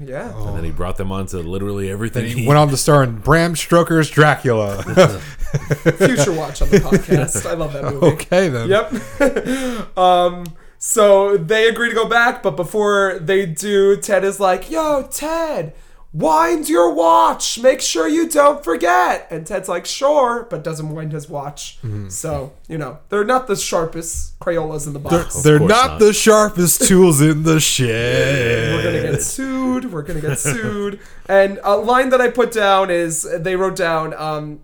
S3: Yeah.
S4: And then he brought them onto literally everything.
S5: And
S4: he-
S5: he went on to star in Bram Stoker's Dracula.
S3: Future watch on the podcast. I love that movie.
S5: okay then.
S3: Yep. um, so they agree to go back, but before they do, Ted is like, "Yo, Ted, wind your watch. Make sure you don't forget." And Ted's like, "Sure," but doesn't wind his watch.
S5: Mm-hmm.
S3: So you know they're not the sharpest Crayolas in the box.
S5: They're
S4: course
S5: not,
S4: not.
S5: the sharpest tools in the shed.
S3: We're gonna get sued. We're gonna get sued. And a line that I put down is they wrote down. Um,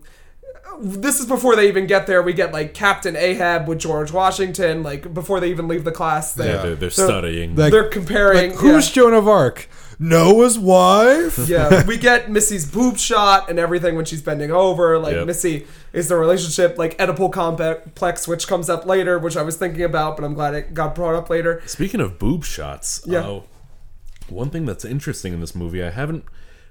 S3: this is before they even get there. We get like Captain Ahab with George Washington. Like before they even leave the class, they,
S4: yeah,
S5: Yeah.
S4: they're, they're studying.
S5: Like-
S3: they're comparing.
S5: Like, who's
S3: yeah.
S5: Joan of Arc? Noah's wife?
S3: yeah, we get Missy's boob shot and everything when she's bending over. Like
S4: Yep.
S3: Missy is the relationship like Oedipal complex, which comes up later, which I was thinking about, but I'm glad it got brought up later.
S4: Speaking of boob shots,
S3: Yeah.
S4: uh, one thing that's interesting in this movie, I haven't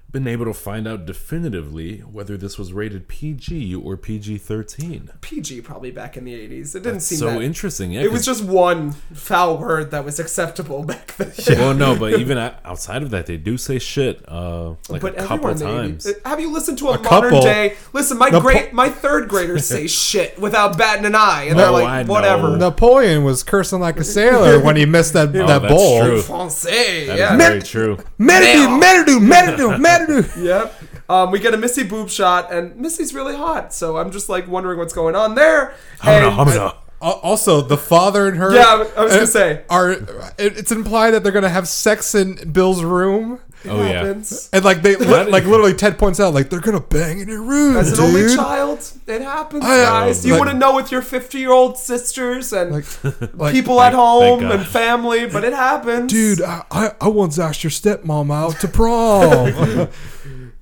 S4: been able to find out definitively whether this was rated PG or PG 13.
S3: PG probably back in the 80s. It didn't seem
S4: So
S3: that.
S4: interesting. Yeah,
S3: it was
S4: 'cause-
S3: just one foul word that was acceptable back then.
S4: Well, no, but even o- outside of that, they do say shit uh, like
S3: But
S4: a couple
S3: everyone, in the
S4: times.
S3: 80s have you listened to a,
S5: A
S3: modern
S5: couple.
S3: day? Listen, my
S5: The
S3: great,
S5: po-
S3: my third graders say shit without batting an eye, and they're
S4: Oh,
S3: like,
S4: I know.
S3: whatever.
S5: Napoleon was cursing like a sailor when he missed that,
S4: Oh,
S5: that
S4: that's
S5: bowl.
S4: true.
S3: Francais,
S4: That is
S3: yeah.
S4: very true.
S5: Metadoo, metadoo, metadoo, metadoo.
S3: Yep. Um, we get a Missy boob shot, and Missy's really hot, so I'm just like wondering what's going on there. And-
S5: Al- Also, the father and her.
S3: Yeah, I was gonna
S5: uh,
S3: say.
S5: Are it- it's implied that they're gonna have sex in Bill's room,
S4: Oh, yeah.
S3: happens.
S5: and like they li- like literally Ted points out like they're gonna bang in your room,
S3: As an
S5: dude.
S3: only child, it happens,
S4: uh,
S5: I-
S3: guys. You
S5: like-
S3: wouldn't know with your 50 year old sisters and
S5: like-
S3: people at
S4: Thank-
S3: home
S4: thank
S3: and
S4: God.
S3: family, but it happens.
S5: Dude, I, I, I once asked your stepmom out to prom.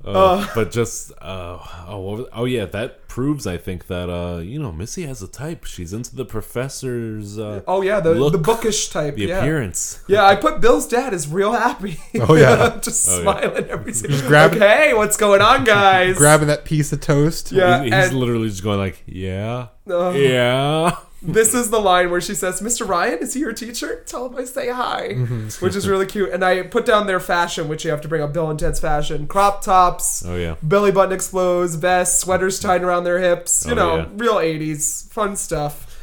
S4: Uh, but just uh, oh, what was- oh yeah, that proves I think that uh, you know Missy has a type. She's into the professor's. Uh,
S3: Oh, yeah, the,
S4: Look.
S3: the bookish type.
S4: the
S3: yeah.
S4: appearance.
S3: Yeah, I put Bill's dad is real happy.
S5: Oh, yeah.
S3: just
S4: Oh, yeah.
S3: smiling every single. Just
S5: grab-
S3: okay, what's going on, guys?
S5: Grabbing that piece of toast.
S3: Yeah,
S4: He- he's
S3: and-
S4: literally just going like, yeah,
S3: Oh.
S4: yeah.
S3: this is the line where she says, "Mr. Ryan, is he your teacher? Tell him I say hi,"
S4: Mm-hmm.
S3: which is really cute. And I put down their fashion, which you have to bring up Bill and Ted's fashion: crop tops,
S4: Oh yeah.
S3: belly button exposed, vests, sweaters tied around their hips. You
S4: Oh,
S3: know,
S4: yeah.
S3: real '80s fun stuff.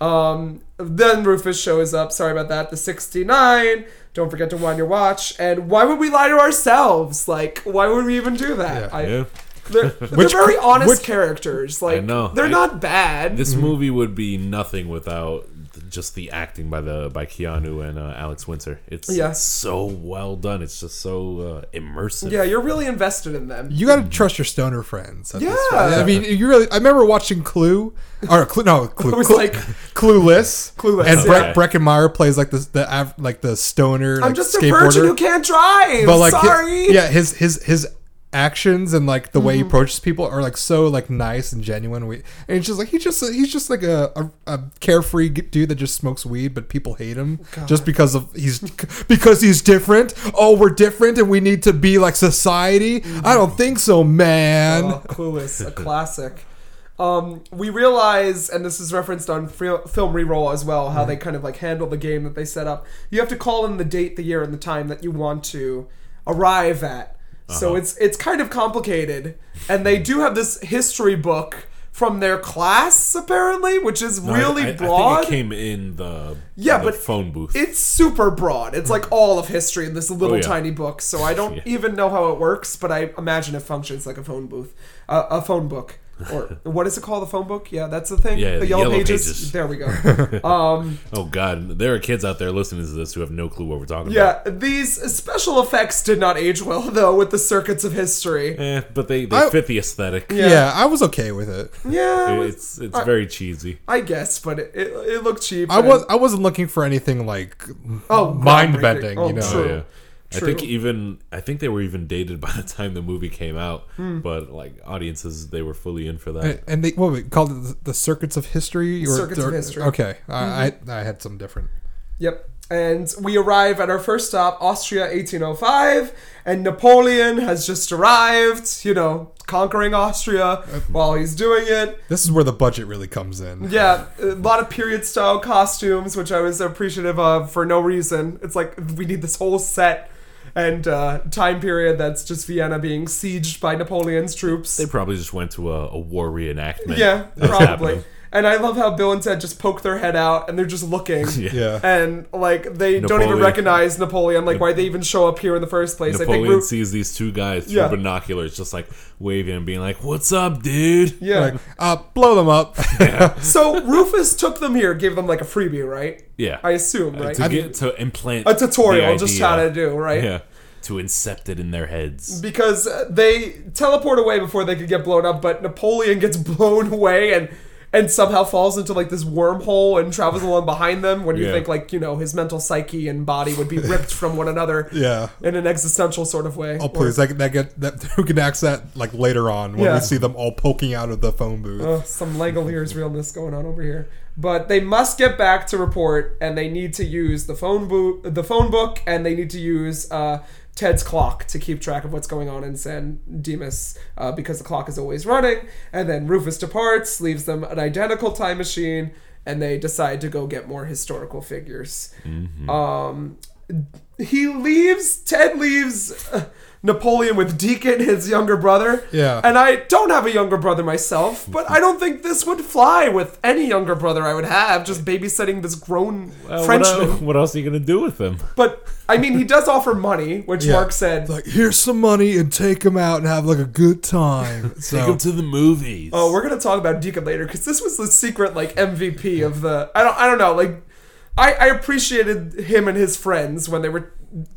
S3: um, then Rufus shows up. Sorry about that. The '69. Don't forget to wind your watch. And why would we lie to ourselves? Like, why would we even do that? I,
S4: Yeah.
S3: They're, they're
S5: Which-
S3: very honest
S5: which-
S3: characters. Like,
S4: know.
S3: they're
S4: I-
S3: not bad.
S4: This movie would be nothing without just the acting by the by Keanu and uh, Alex Winter. It's,
S3: Yeah.
S4: it's so well done. It's just so uh, immersive.
S3: Yeah, you're really invested in them.
S5: You got to trust your stoner friends. at this
S3: Yeah.
S5: point. I mean, you really. I remember watching Clue, or Clue, no, Clue,
S3: It was
S5: Clue-
S3: like-
S5: Clueless,
S3: Clueless,
S5: and
S4: yeah.
S5: Breck Breckenmeyer plays like the the av- like the stoner.
S3: I'm
S5: like,
S3: just a
S5: skateboarder.
S3: virgin who can't drive.
S5: but like, hi-
S3: sorry. Mm-hmm.
S5: yeah, his his his actions and like the way he approaches people are like so like nice and genuine. We and it's just like he's just he's just like a, a, a carefree g- dude that just smokes weed, but people hate him just because of he's because he's different. Oh, we're different, and we need to be like society. I don't think so, man.
S3: Mm. Oh, Clueless, a classic. Um, we realize, and this is referenced on fri- film reroll as well,
S4: Mm-hmm.
S3: how they kind of like handle the game that they set up. You have to call in the date, the year, and the time that you want to arrive at.
S4: Uh-huh.
S3: So it's it's kind of complicated, and they do have this history book from their class apparently, which is
S4: No, I-
S3: really
S4: I- I think it
S3: broad.
S4: came in the
S3: Yeah,
S4: the
S3: but
S4: phone booth.
S3: it's super broad. It's like all of history in this little
S4: Oh, yeah.
S3: tiny book. So I don't
S4: Yeah.
S3: even know how it works, but I imagine it functions like a phone booth, uh, a phone book, or what is it called? A phone book? Yeah, that's the thing.
S4: Yeah,
S3: the
S4: the
S3: yellow,
S4: yellow
S3: pages.
S4: pages.
S3: There we go. um,
S4: oh God, there are kids out there listening to this who have no clue what we're talking about.
S3: yeah, these special effects did not age well though with the circuits of history.
S4: Eh, but they, they
S5: I-
S4: fit the aesthetic.
S5: Yeah.
S3: Yeah.
S5: I was okay with it.
S3: Yeah, it was-
S4: It's it's very cheesy.
S3: I guess, but it, it, it looked cheap.
S5: I
S3: and-
S5: was I wasn't looking for anything like
S3: oh
S5: mind
S3: groundbreaking.
S5: bending,
S3: Oh,
S5: you know.
S4: Oh,
S3: True.
S4: yeah. I think even I think they were even dated by the time the movie came out,
S3: Hmm.
S4: but like audiences they were fully in for that.
S5: And- And they what we called it the- the circuits of history or
S3: Circuits of
S5: or-
S3: history. Mm-hmm.
S5: Okay, I, I I had some different.
S3: Yep. And we arrive at our first stop, Austria 1805, and Napoleon has just arrived, you know, conquering Austria while he's doing it.
S5: This is where the budget really comes in.
S3: Yeah, a lot of period style costumes, which I was appreciative of for no reason. It's like we need this whole set and uh, time period that's just Vienna being sieged by Napoleon's troops.
S4: They probably just went to a, a war reenactment.
S3: yeah,
S4: That's
S3: probably.
S4: happening.
S3: And I love how Bill and Ted just poke their head out and they're just looking.
S5: Yeah.
S3: and like they don't even
S4: Napoleon.
S3: recognize Napoleon. Like why they even show up here in the first place? I think
S4: Napoleon
S3: Ru-
S4: sees these two guys through
S3: Yeah.
S4: binoculars, just like waving and being like, "What's up, dude?"
S3: yeah.
S5: Like, uh, blow them up.
S3: so Rufus took them here, gave them like a freebie, right?
S4: Yeah,
S3: I assume,
S4: Uh,
S3: right?
S4: to get to implant
S3: a tutorial,
S4: the
S3: just
S4: idea.
S3: how to do right.
S4: yeah to incept it in their heads.
S3: Because uh, they teleport away before they could get blown up, but Napoleon gets blown away and and somehow falls into like this wormhole and travels along behind them. When you
S4: Yeah.
S3: think like you know his mental psyche and body would be ripped from one another,
S5: Yeah.
S3: in an existential sort of way.
S5: Oh please, that, that get that who can ask that like later on when
S3: Yeah.
S5: we see them all poking out of the phone booth.
S3: Uh, some Langoliers realness going on over here. But they must get back to report, and they need to use the phone book, the phone book, and they need to use uh, Ted's clock to keep track of what's going on in San Dimas uh, because the clock is always running. And then Rufus departs, leaves them an identical time machine, and they decide to go get more historical figures. Um, he leaves. Ted leaves. uh, Napoleon with Deacon, his younger brother.
S5: Yeah.
S3: And I don't have a younger brother myself, but I don't think this would fly with any younger brother I would have, just babysitting this grown
S4: Uh, what
S3: Frenchman.
S4: el- what else are you gonna do with them?
S3: But I mean, he does offer money, which
S5: Yeah.
S3: Mark said.
S5: It's like here's some money and take them out and have like a good time.
S4: Take them
S5: So
S4: to the movies.
S3: Oh, we're gonna talk about Deacon later because this was the secret like MVP of the. I don't. I don't know. Like, I I appreciated him and his friends when they were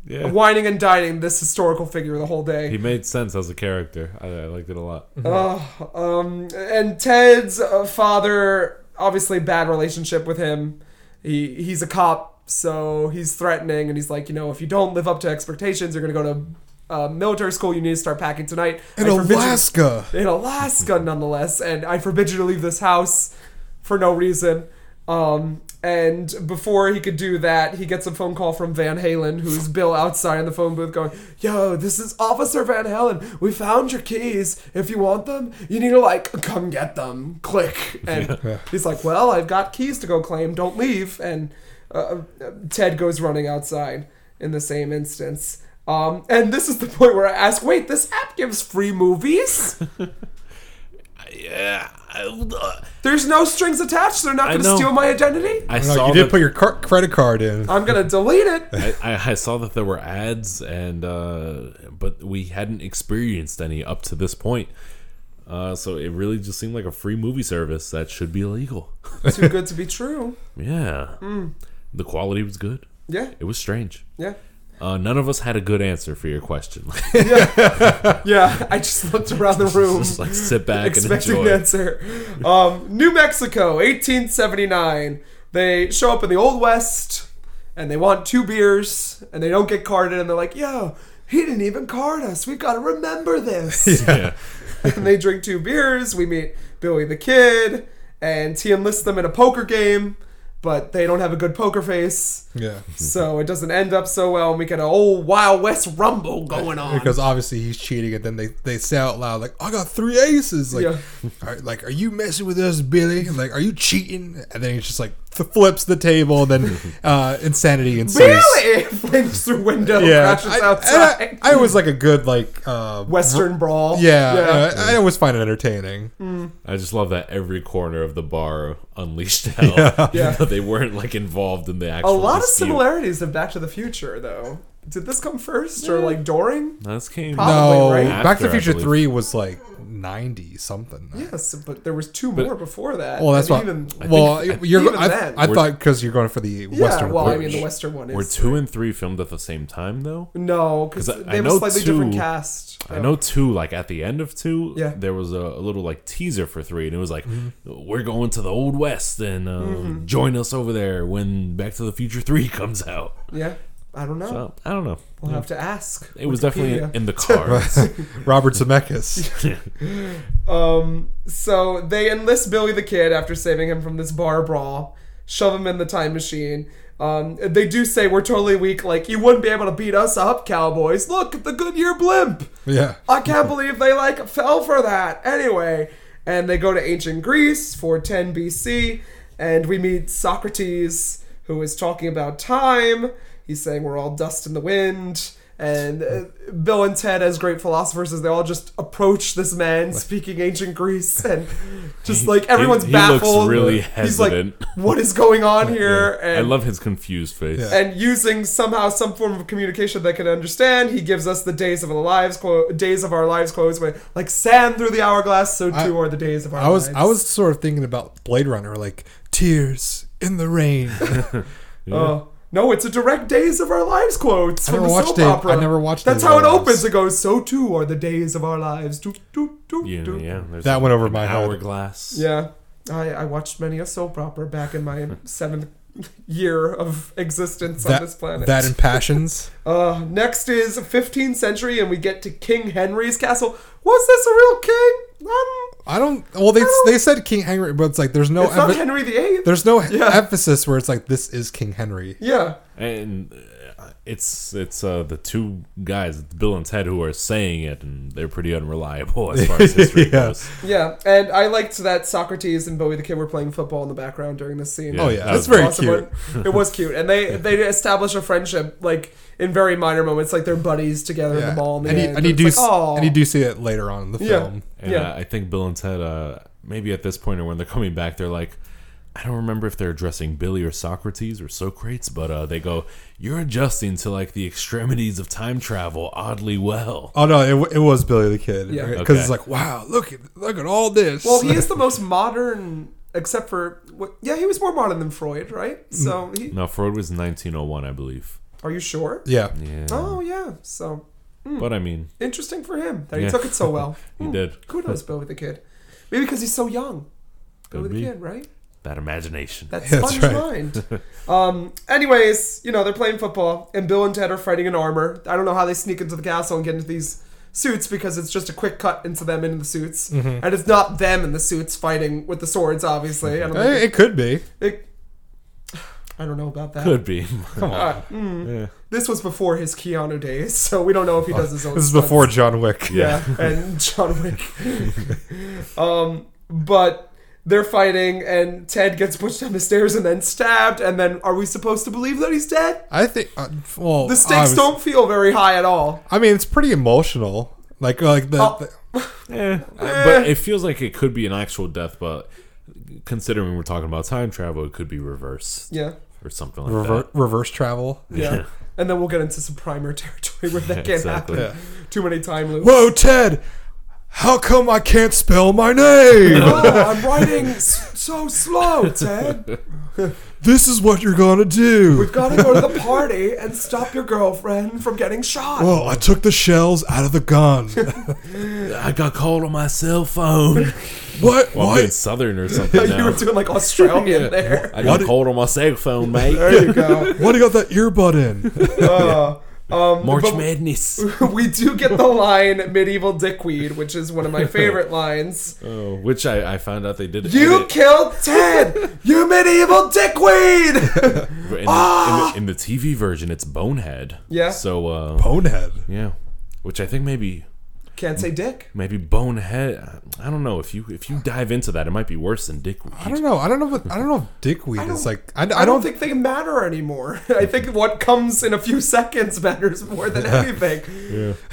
S4: Yeah.
S3: whining and dining this historical figure the whole day.
S4: he made sense as a character. I, I liked it a lot.
S3: Ugh, um, and Ted's uh, father, obviously bad relationship with him. He he's a cop, so he's threatening, and he's like, you know, if you don't live up to expectations, you're gonna go to uh, military school. You need to start packing tonight.
S5: in
S3: I forbid you-
S5: Alaska,
S3: in Alaska, nonetheless, and I forbid you to leave this house for no reason. Um, and before he could do that, he gets a phone call from Van Halen, who's Bill outside in the phone booth going, Yo, this is Officer Van Halen. We found your keys. If you want them, you need to, like, come get them. Click. And he's like, Well, I've got keys to go claim. Don't leave. And uh, uh, Ted goes running outside in the same instance. Um, and this is the point where I ask, wait, this app gives free movies?
S4: Yeah, I, uh,
S3: There's no strings attached. They're not
S4: I
S3: going to
S4: know.
S3: steal my identity.
S4: I
S5: No,
S4: saw
S5: you did
S4: that-
S5: put your car- credit card in.
S3: I'm going to delete it.
S4: I, I- I saw that there were ads and uh, but we hadn't experienced any up to this point. Uh, so it really just seemed like a free movie service that should be illegal.
S3: Too good to be true.
S4: Yeah. The quality was good.
S3: Yeah,
S4: It was strange.
S3: yeah,
S4: Uh, none of us had a good answer for your question.
S3: yeah. I just looked around the room.
S4: just like sit back and
S3: expecting
S4: enjoy.
S3: an answer. Um, New Mexico, 1879. They show up in the Old West and they want two beers and they don't get carded and they're like, yo, he didn't even card us. We've got to remember this.
S4: Yeah.
S3: and they drink two beers. We meet Billy the Kid and he enlists them in a poker game, but they don't have a good poker face.
S5: Yeah.
S3: So it doesn't end up so well, and we get an old Wild West rumble going on.
S5: Because obviously he's cheating, and then they, they say out loud like, "I got three aces." Like,
S3: Yeah.
S5: are, like, are you messing with us, Billy? Like, are you cheating? And then he just like th- flips the table, and then uh, insanity ensues.
S3: Billy flings through window,
S5: Yeah,
S3: crashes
S5: I,
S3: outside.
S5: and I, I was like a good like uh,
S3: Western brawl.
S5: Yeah, I, I always find it entertaining.
S4: I just love that every corner of the bar unleashed hell.
S3: Yeah.
S4: Even though they weren't like involved in the
S3: a
S4: actual.
S3: lot of
S4: dispute.
S3: similarities to Back to the Future, though. Did this come first or like during?
S4: That's came.
S3: Probably.
S5: No,
S3: right?
S5: Back
S4: After,
S5: to
S4: I
S5: the Future
S4: believe.
S5: Three was like ninety something.
S3: Yes, but there was two more before that.
S5: Well, that's
S3: and
S5: what. well, you're.
S3: even
S5: I,
S3: then.
S5: I thought because you're going for the
S3: yeah.
S5: Western.
S3: well, I
S5: approach.
S3: mean, the Western one is.
S4: Were two and three filmed at the same time though?
S3: No, because
S4: 'Cause I-
S3: they
S4: I
S3: have a
S4: know
S3: slightly
S4: two-
S3: different cast.
S4: I know two, like at the end of two,
S3: Yeah.
S4: there was a, a little like teaser for three, and it was like,
S5: Mm-hmm.
S4: "We're going to the old west, and uh, join us over there when Back to the Future three comes out."
S3: Yeah, I don't know.
S4: So I don't know.
S3: we'll have to ask.
S4: It was definitely
S3: Wikipedia.
S4: in the cards.
S5: Robert Zemeckis.
S3: Um, so they enlist Billy the Kid after saving him from this bar brawl, shove him in the time machine. Um, they do say we're totally weak. Like you wouldn't be able to beat us up, cowboys. Look at the Goodyear blimp.
S5: yeah.
S3: I can't believe they like fell for that. Anyway, and they go to ancient Greece, 410 BC, and we meet Socrates, who is talking about time. He's saying we're all dust in the wind. And uh, Bill and Ted, as great philosophers, as they all just approach this man speaking ancient Greece, and just like everyone's
S4: he- he looks
S3: baffled.
S4: really
S3: He's like,
S4: hesitant.
S3: "What is going on here?" And
S4: I love his confused face.
S5: Yeah.
S3: and using somehow some form of communication that can understand, he gives us the days of our lives, quote, days of our lives, quotes with like sand through the hourglass. So too
S5: I-
S3: are the days of our
S5: I was
S3: lives.
S5: I was sort of thinking about Blade Runner, like tears in the rain.
S3: Uh, no, it's a direct days of our lives quotes
S5: I
S3: from
S5: never
S3: the
S5: watched
S3: soap
S5: Day-
S3: opera.
S5: I never watched
S3: That's
S5: Days of
S3: how it
S5: Our Lives.
S3: opens. It goes, so too are the days of our lives. Do, do, do,
S4: Yeah,
S3: do.
S4: yeah. There's
S5: That went over my head.
S4: hourglass.
S3: Yeah. I, I watched many a soap opera back in my seventh year of existence on
S5: that
S3: this planet.
S5: that and passions.
S3: Uh, next is 15th century, and we get to King Henry's castle. Was this a real king? Um,
S5: I don't. Well, they
S3: don't-
S5: they said King Henry, but it's like there's no
S3: it's not
S5: empha-
S3: Henry VIII.
S5: there's no
S3: Yeah.
S5: emphasis where it's like this is King Henry.
S3: yeah,
S4: and uh, it's it's uh, the two guys, Bill and Ted, who are saying it, and they're pretty unreliable as far as history
S5: Yeah.
S4: goes.
S3: yeah. And I liked that Socrates and Bowie the Kid were playing football in the background during this scene.
S4: Yeah.
S5: Oh
S4: That
S5: yeah,
S4: was
S5: that's very
S3: Awesome.
S5: cute.
S3: It was cute, and they they establish a friendship like in very minor moments, like they're buddies together in
S5: Yeah.
S3: the mall. In the
S5: and, you,
S3: end.
S5: and you
S3: It's
S5: do
S3: like,
S5: s-
S3: "Aw."
S5: and you do see it later on in the
S3: Yeah.
S5: film.
S4: And
S3: Yeah.
S4: uh, I think Bill and Ted, uh, maybe at this point or when they're coming back, they're like, I don't remember if they're addressing Billy or Socrates or Socrates, but uh, they go, "You're adjusting to like the extremities of time travel oddly well."
S5: Oh no, it, w- it was Billy the Kid.
S3: Yeah.
S5: Because
S4: Okay.
S5: it's like, wow, look at look at all this.
S3: Well, he is the most modern, except for what, yeah, he was more modern than Freud, right? So, he,
S4: No, Freud was 1901, I believe.
S3: are you sure?
S5: yeah,
S4: Yeah,
S3: Oh yeah, so
S4: but I mean,
S3: interesting for him that he
S4: Yeah.
S3: took it so well.
S4: he
S3: Hmm.
S4: did
S3: Kudos, Bill with the Kid. Maybe because he's so young.
S4: Could
S3: Bill with the
S4: be.
S3: Kid, right?
S4: that imagination.
S3: That
S5: Yeah,
S3: sponge
S5: that's
S3: mind. um, anyways, you know, they're playing football, and Bill and Ted are fighting in armor. I don't know how they sneak into the castle and get into these suits because it's just a quick cut into them in the suits.
S4: Mm-hmm.
S3: And it's not them in the suits fighting with the swords, obviously. I don't,
S5: Eh,
S3: think
S5: it could be.
S3: it, it- I don't know about that.
S4: Could be.
S3: Uh, mm. This was before his Keanu days, so we don't know if
S4: Oh,
S3: he does his own
S5: This is
S3: stunts.
S5: before John Wick.
S3: yeah, and John Wick. um, but they're fighting, and Ted gets pushed down the stairs and then stabbed. And then, are we supposed to believe that he's dead?
S5: I think. Uh, well,
S3: The stakes
S5: obvi-
S3: don't feel very high at all.
S5: I mean, it's pretty emotional. Like like the,
S3: Oh.
S5: the-
S4: Eh, but it feels like it could be an actual death, but considering we're talking about time travel, it could be reversed
S3: Yeah,
S4: or something like
S5: rever- reverse travel.
S3: yeah. And then we'll get into some primer territory where that can't
S4: Exactly.
S3: happen. Too many time loops.
S5: Whoa, Ted! How come I can't spell my name?
S3: oh, I'm writing s- so slow, Ted.
S5: this is what you're gonna do.
S3: We've got to go to the party and stop your girlfriend from getting shot.
S5: Well, Oh, I took the shells out of the gun.
S4: I got called on my cell phone.
S5: What?
S4: Well, I'm
S5: Why?
S4: being southern or something.
S3: Oh, you were
S4: now.
S3: doing like Australian there.
S4: I got
S5: What-
S4: called on my cell phone, mate.
S3: There you go.
S5: Why do you got that earbud in?
S4: March
S3: but-
S4: Madness.
S3: we do get the line medieval dickweed, which is one of my favorite lines.
S4: Oh, which I, I found out they did.
S3: You
S4: edit
S3: killed Ted, you medieval dickweed.
S4: in, the, in, the, in the TV version. It's Bonehead.
S3: Ah! Yeah.
S4: So uh,
S5: Bonehead.
S4: yeah, which I think maybe
S3: Can't say dick.
S4: maybe Bonehead. I don't know if you if you dive into that, it might be worse than Dickweed.
S5: I don't know. I don't know. What, I don't know if dickweed is
S3: don't-
S5: like. I, I,
S3: I don't
S5: don't.
S3: think they matter anymore. I think what comes in a few seconds matters more than anything.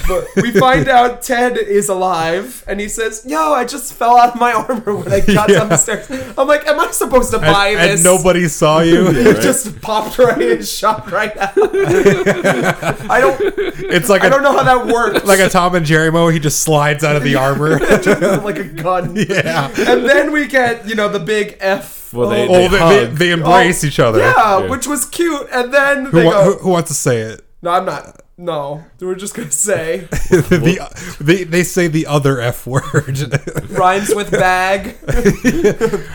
S3: But we find out Ted is alive, and he says, "Yo, I just fell out of my armor when I got
S5: Yeah.
S3: down the stairs." I'm like, "Am I supposed to buy
S5: and,
S3: this?"
S5: and nobody saw you.
S3: It just popped right in, shot right out. I don't.
S5: It's like
S3: I
S5: a,
S3: don't know how that works.
S5: like a Tom and Jerry moment. He just slides out of the armor.
S3: like a gun.
S5: yeah.
S3: And then we get you know the big F.
S4: Well, they,
S3: Oh,
S4: they
S5: Oh, they, they,
S4: hug.
S5: they embrace each other.
S3: yeah,
S4: Yeah.
S3: which was cute. And then
S5: Who,
S3: they
S5: wa-
S3: go,
S5: who, who wants to say it?
S3: "No, I'm not. No, we're just gonna say
S5: the, they, they say the other F word.
S3: rhymes with bag,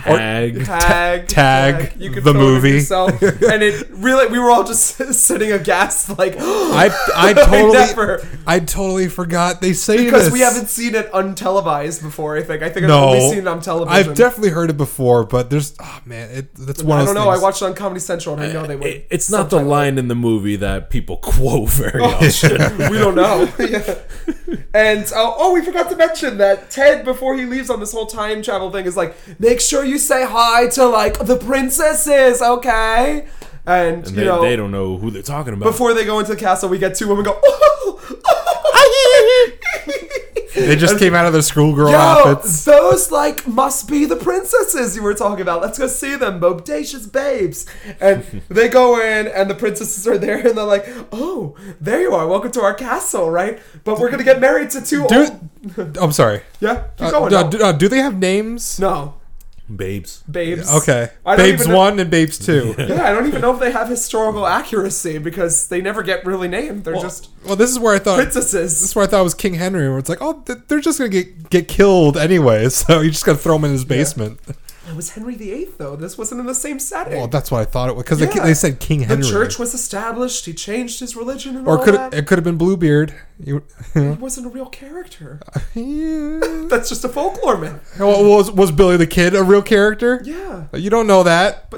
S4: hag.
S3: tag,
S5: tag, the
S3: photo
S5: movie.
S3: yourself. And it really, we were all just sitting aghast, like
S5: I I totally I,
S3: never-
S5: totally forgot they say
S3: because
S5: this.
S3: we haven't seen it untelevised before. I think. I think
S5: no,
S3: I've only seen it on television.
S5: I've definitely heard it before, but there's oh man, it, that's one
S3: I
S5: of
S3: don't
S5: those
S3: know. I
S5: things.
S3: watched it on Comedy Central, and I know they would. Oh,
S4: It- it's not the line in the movie that people quote very often.
S3: we don't know. Yeah. And uh, oh, we forgot to mention that Ted, before he leaves on this whole time travel thing, is like, make sure you say hi to like the princesses, okay? And,
S4: And
S3: you
S4: they,
S3: know,
S4: they don't know who they're talking about.
S3: before they go into the castle, we get two women go.
S5: They just came out of their schoolgirl
S3: Yo,
S5: outfits.
S3: those like must be the princesses you were talking about. Let's go see them, bodacious babes. And they go in, and the princesses are there, and they're like, "Oh, there you are. Welcome to our castle, right? But we're gonna get married to two old."
S5: Do, I'm sorry.
S3: Yeah, Oh. keep
S5: Uh,
S3: going.
S5: no,
S3: no.
S5: do, uh, do they have names?
S3: no,
S4: babes.
S3: babes.
S5: Okay.
S3: I don't
S5: Babes
S3: even know-
S5: one and babes two.
S3: Yeah, I don't even know if they have historical accuracy because they never get really named. They're just
S5: Well, this is where I thought this
S3: princesses.
S5: is where I thought it was King Henry, where it's like, oh, th- they're just gonna get get killed anyway, so you just gotta throw him in his basement.
S3: It was Henry VIII though. This wasn't in the same setting.
S5: Well, that's what I thought it was because they,
S3: Yeah.
S5: they said King
S3: the
S5: Henry.
S3: church was established. He changed his religion and
S5: or
S3: all
S5: could
S3: that.
S5: it, it could have been Bluebeard? You,
S3: He wasn't a real character.
S5: Yeah.
S3: That's just a folklore myth.
S5: Well, was was Billy the Kid a real character?
S3: Yeah,
S5: You don't know that.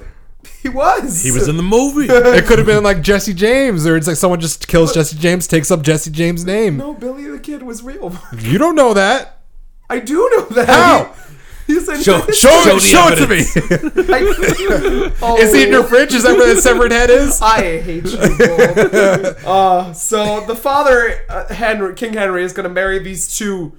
S3: he was.
S4: He was in the movie.
S5: It could have been like Jesse James, or it's like someone just kills Jesse James, takes up Jesse James' name.
S3: No, Billy the Kid was real.
S5: You don't know that.
S3: I do know that.
S5: How?
S3: He's in.
S4: Show-
S5: Show,
S4: Show
S5: it,
S4: the
S5: show it to me.
S3: I, oh.
S5: Is he in your fridge? Is that where that severed head is?
S3: I hate you. both. uh, so the father, uh, Henry, King Henry, is going to marry these two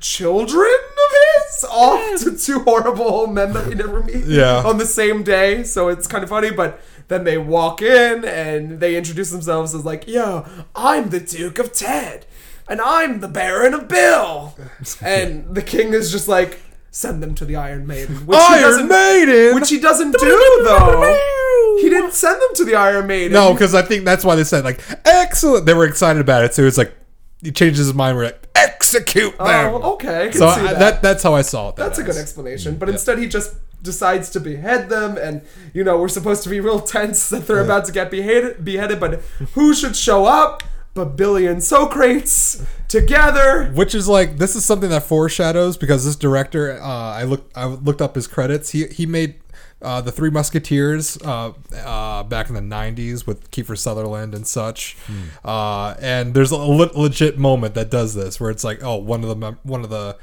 S3: children of his off to two horrible men that we never meet.
S5: Yeah.
S3: On the same day, so it's kind of funny, but. Then they walk in and they introduce themselves as like, "Yo, I'm the Duke of Ted, and I'm the Baron of Bill." And the king is just like, "Send them to the Iron Maiden," which he
S5: Iron
S3: doesn't,
S5: Maiden.
S3: which he doesn't do though. He didn't send them to the Iron Maiden.
S5: no, because I think that's why they said like excellent. They were excited about it, so it's like he changes his mind. We're like execute them.
S3: Oh, okay. I can
S5: So
S3: see
S5: I,
S3: that.
S5: that that's how I saw it.
S3: That's a good explanation. But instead, he just decides to behead them, and you know we're supposed to be real tense that they're about to get beheaded. Beheaded, but who should show up? But Billy and Socrates together.
S5: which is like this is something that foreshadows because this director uh, I looked I looked up his credits he he made uh, the Three Musketeers uh, uh, back in the '90s with Kiefer Sutherland and such,
S3: Hmm.
S5: uh, and there's a le- legit moment that does this where it's like oh one of the mem- one of the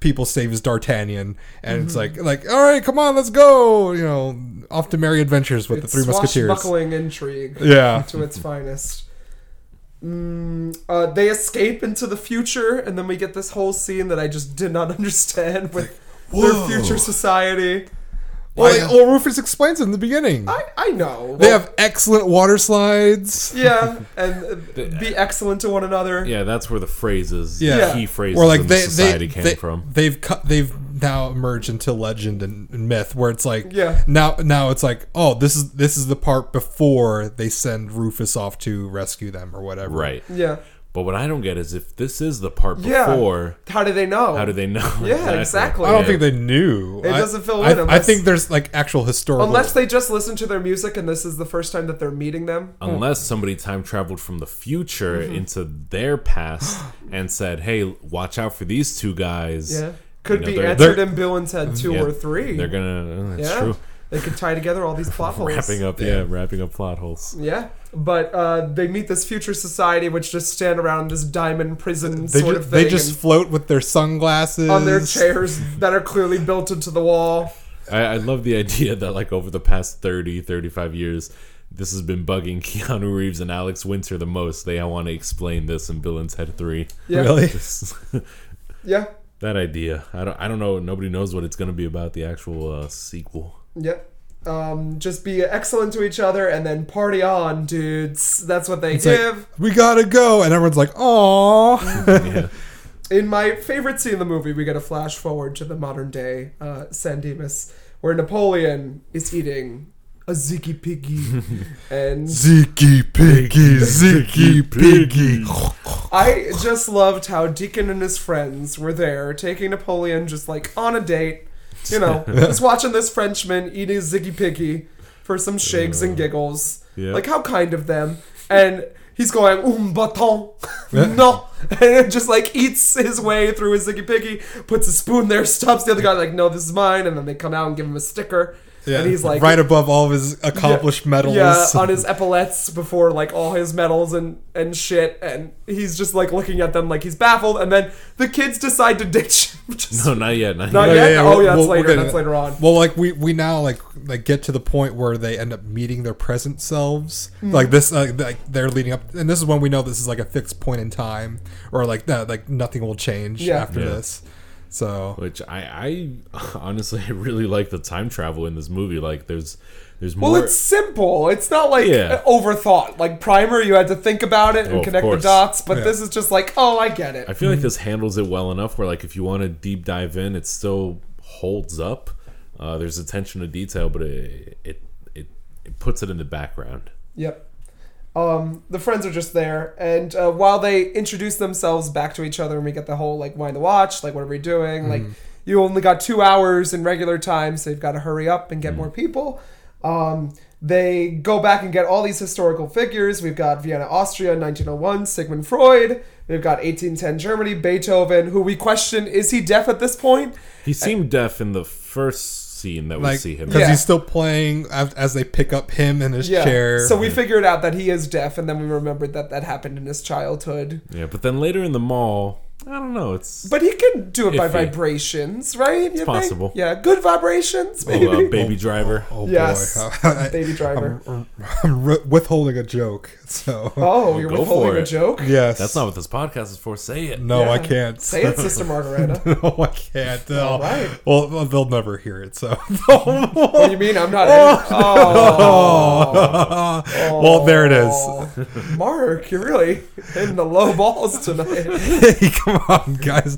S5: people saves D'Artagnan and it's
S3: Mm-hmm.
S5: like like all right come on let's go you know off to merry adventures with the Three Musketeers
S3: Swashbuckling intrigue.
S5: Yeah.
S3: To its finest. Mm, uh, they escape into the future, and then we get this whole scene that I just did not understand with their
S5: whoa.
S3: future society.
S5: Well, like, well, Rufus explains it in the beginning.
S3: I, I know.
S5: they have excellent water slides.
S3: yeah, and uh, be excellent to one another.
S4: Yeah, that's where the phrases,
S5: Yeah.
S4: yeah. key phrases
S5: Or like
S4: in
S5: they,
S4: society
S5: they,
S4: came
S5: they,
S4: from.
S5: They've cut, they've now emerged into legend and, and myth, where it's like,
S3: Yeah.
S5: now now it's like, oh, this is this is the part before they send Rufus off to rescue them or whatever.
S4: Right.
S3: Yeah.
S4: But what I don't get is if this is the part
S3: Yeah.
S4: before,
S3: How do they know?
S4: how do they know?
S3: Yeah, exactly.
S5: I don't
S4: Yeah.
S5: think they knew.
S3: It doesn't fill
S5: I,
S3: in
S5: I, I
S3: unless-
S5: think there's like actual historical.
S3: Unless they just listen to their music and this is the first time that they're meeting them.
S4: Unless somebody time traveled from the future
S3: Mm-hmm.
S4: into their past and said, "Hey, watch out for these two guys."
S3: Yeah. Could
S4: know,
S3: be
S4: they're-
S3: answered in Bill and Ted 2
S4: Yeah,
S3: or 3.
S4: They're gonna. uh, That's
S3: yeah.
S4: true.
S3: They could tie together all these plot holes.
S4: Wrapping up, yeah, wrapping up plot holes.
S3: Yeah, but uh, they meet this future society, which just stand around this diamond prison
S5: They,
S3: sort
S5: ju-
S3: of thing.
S5: they just
S3: and
S5: float with their sunglasses
S3: on their chairs that are clearly built into the wall.
S4: I, I love the idea that like over the past 30, 35 years, this has been bugging Keanu Reeves and Alex Winter the most. They want to explain this in Bill and Ted Three.
S3: Yeah.
S5: Really?
S4: This-
S3: Yeah,
S4: that idea. I don't. I don't know. Nobody knows what it's gonna be about. The actual uh, sequel.
S3: yeah. Um, just be excellent to each other and then party on, dudes. That's what they
S5: It's like,
S3: give.
S5: we gotta go, and everyone's like, "Aw."
S4: Yeah.
S3: In my favorite scene in the movie, we get a flash forward to the modern day uh, San Dimas, where Napoleon is eating a ziki piggy, and
S5: Ziki piggy, ziki piggy.
S3: I just loved how Deacon and his friends were there taking Napoleon just like on a date. You know, just watching this Frenchman eat his Ziggy Piggy for some shakes and giggles.
S4: yeah.
S3: Like, how kind of them. And he's going, um, baton. no. And just like eats his way through his Ziggy Piggy, puts a spoon there, stops the other guy, like, no, this is mine. And then they come out and give him a sticker.
S5: Yeah,
S3: And he's like,
S5: right above all of his accomplished medals.
S3: yeah, on his epaulets before like all his medals and and shit, and he's just like looking at them like he's baffled, and then the kids decide to ditch him. Just,
S4: No, not yet. Not
S3: Not
S4: yet.
S3: yet. Oh, yeah, that's
S5: we'll- we'll
S3: later,
S5: get into
S3: that's
S5: that.
S3: later on.
S5: Well, like we we now like like get to the point where they end up meeting their present selves.
S3: Hmm.
S5: Like this, uh, like they're leading up, and this is when we know this is like a fixed point in time, or like that, like nothing will change
S3: Yeah.
S5: after
S4: Yeah.
S5: this. So
S4: Which I, I honestly I really like the time travel in this movie. Like there's there's more.
S3: well, it's simple. It's not like
S4: Yeah.
S3: overthought. Like primer, you had to think about it and
S4: Oh, of
S3: connect the
S4: course.
S3: dots. But this is just like, oh, I get it.
S4: I feel like this handles it well enough. Where like if you want to deep dive in, it still holds up. Uh, there's attention to detail, but it it it, it puts it in the background.
S3: Yep. Um, the friends are just there, and uh, while they introduce themselves back to each other, and we get the whole like, "Why the watch? Like, what are we doing? Like, you only got two hours in regular time, so you've got to hurry up and get more people." Um, they go back and get all these historical figures. We've got Vienna, Austria, 1901, Sigmund Freud. We've got 1810 Germany, Beethoven, who we question is he deaf at this point?
S4: He seemed deaf in the first scene that we
S5: like
S4: see him.
S5: because
S3: Yeah.
S5: he's still playing as, as they pick up him in his chair.
S3: So we figured out that he is deaf, and then we remembered that that happened in his childhood.
S4: Yeah, but then later in the mall, I don't know. It's
S3: But he can do it by
S4: Iffy.
S3: vibrations, right? It's
S4: possible.
S3: Yeah, good vibrations, maybe.
S4: oh, uh, Baby Driver.
S5: oh
S3: Yes.
S5: boy, I,
S3: Baby Driver.
S5: am withholding a joke. So
S3: oh, you're
S4: go
S3: withholding
S4: for
S3: a
S4: it.
S3: joke?
S5: yes,
S4: That's not what this podcast is for. Say it.
S5: No, I
S3: Yeah.
S5: can't.
S3: Say it, Sister Margareta.
S5: no, I can't.
S3: All
S5: All
S3: right.
S5: right. Well, they'll never hear it. So,
S3: what do you mean? I'm not. edit- Oh,
S5: well, there it is.
S3: is. Oh. Mark, you're really hitting the low balls tonight.
S5: Hey, come on, guys.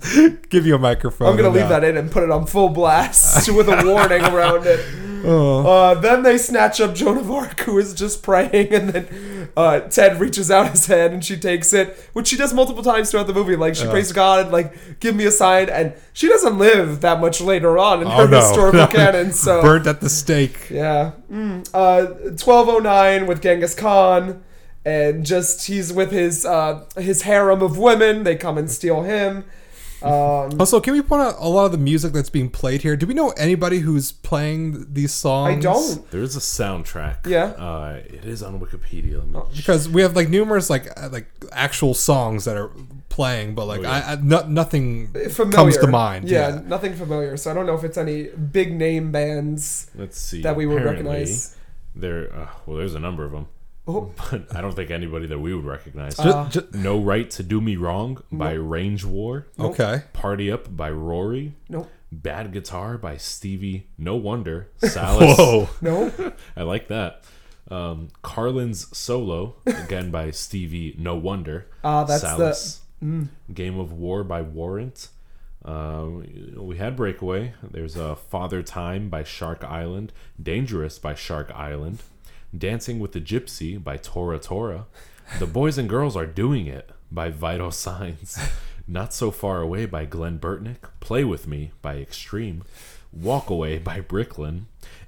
S5: Give you a microphone.
S3: I'm gonna
S5: and,
S3: leave
S5: uh,
S3: that in and put it on full blast with a warning around it.
S5: Oh.
S3: Uh, then they snatch up Joan of Arc, who is just praying, and then uh, Ted reaches out his hand and she takes it, which she does multiple times throughout the movie. Like she prays to God, and like give me a sign, and she doesn't live that much later on in her
S5: Oh, no.
S3: historical
S5: No.
S3: canon. So
S5: Burnt at the stake.
S3: yeah, Mm. uh, 1209 with Genghis Khan, and just he's with his uh, his harem of women. They come and steal him. Um,
S5: Also, can we point out a lot of the music that's being played here? Do we know anybody who's playing these
S3: I
S5: songs?
S3: don't.
S4: There is a soundtrack.
S3: Yeah. Oh,
S4: Uh, it is on Wikipedia. Let me-
S5: Because we have like numerous like uh, like actual songs that are playing, but like I, I no, nothing
S3: familiar.
S5: comes to mind.
S3: Yeah, nothing familiar. So I don't know if it's any big name bands.
S4: Let's see.
S3: That we would
S4: Apparently,
S3: recognize.
S4: There. Uh, well, there's a number of them.
S3: Oh. Uh.
S4: But I don't think anybody that we would recognize.
S5: Ju- ju-
S4: no Right to Do Me Wrong by Range War.
S5: okay.
S4: Party Up by Rory.
S3: Nope.
S4: Bad Guitar by Stevie No Wonder Salas. Whoa.
S3: No,
S4: I like that. Um, Carlin's Solo, again by Stevie No Wonder.
S3: Ah, that's the- mm.
S4: Salas. Game of War by Warrant. Um, we had Breakaway. There's uh, Father Time by Shark Island. Dangerous by Shark Island. Dancing with the Gypsy by Tora Tora. The Boys and Girls Are Doing It by Vital Signs. Not So Far Away by Glenn Burtnick. Play With Me by Extreme. Walk Away by Bricklin.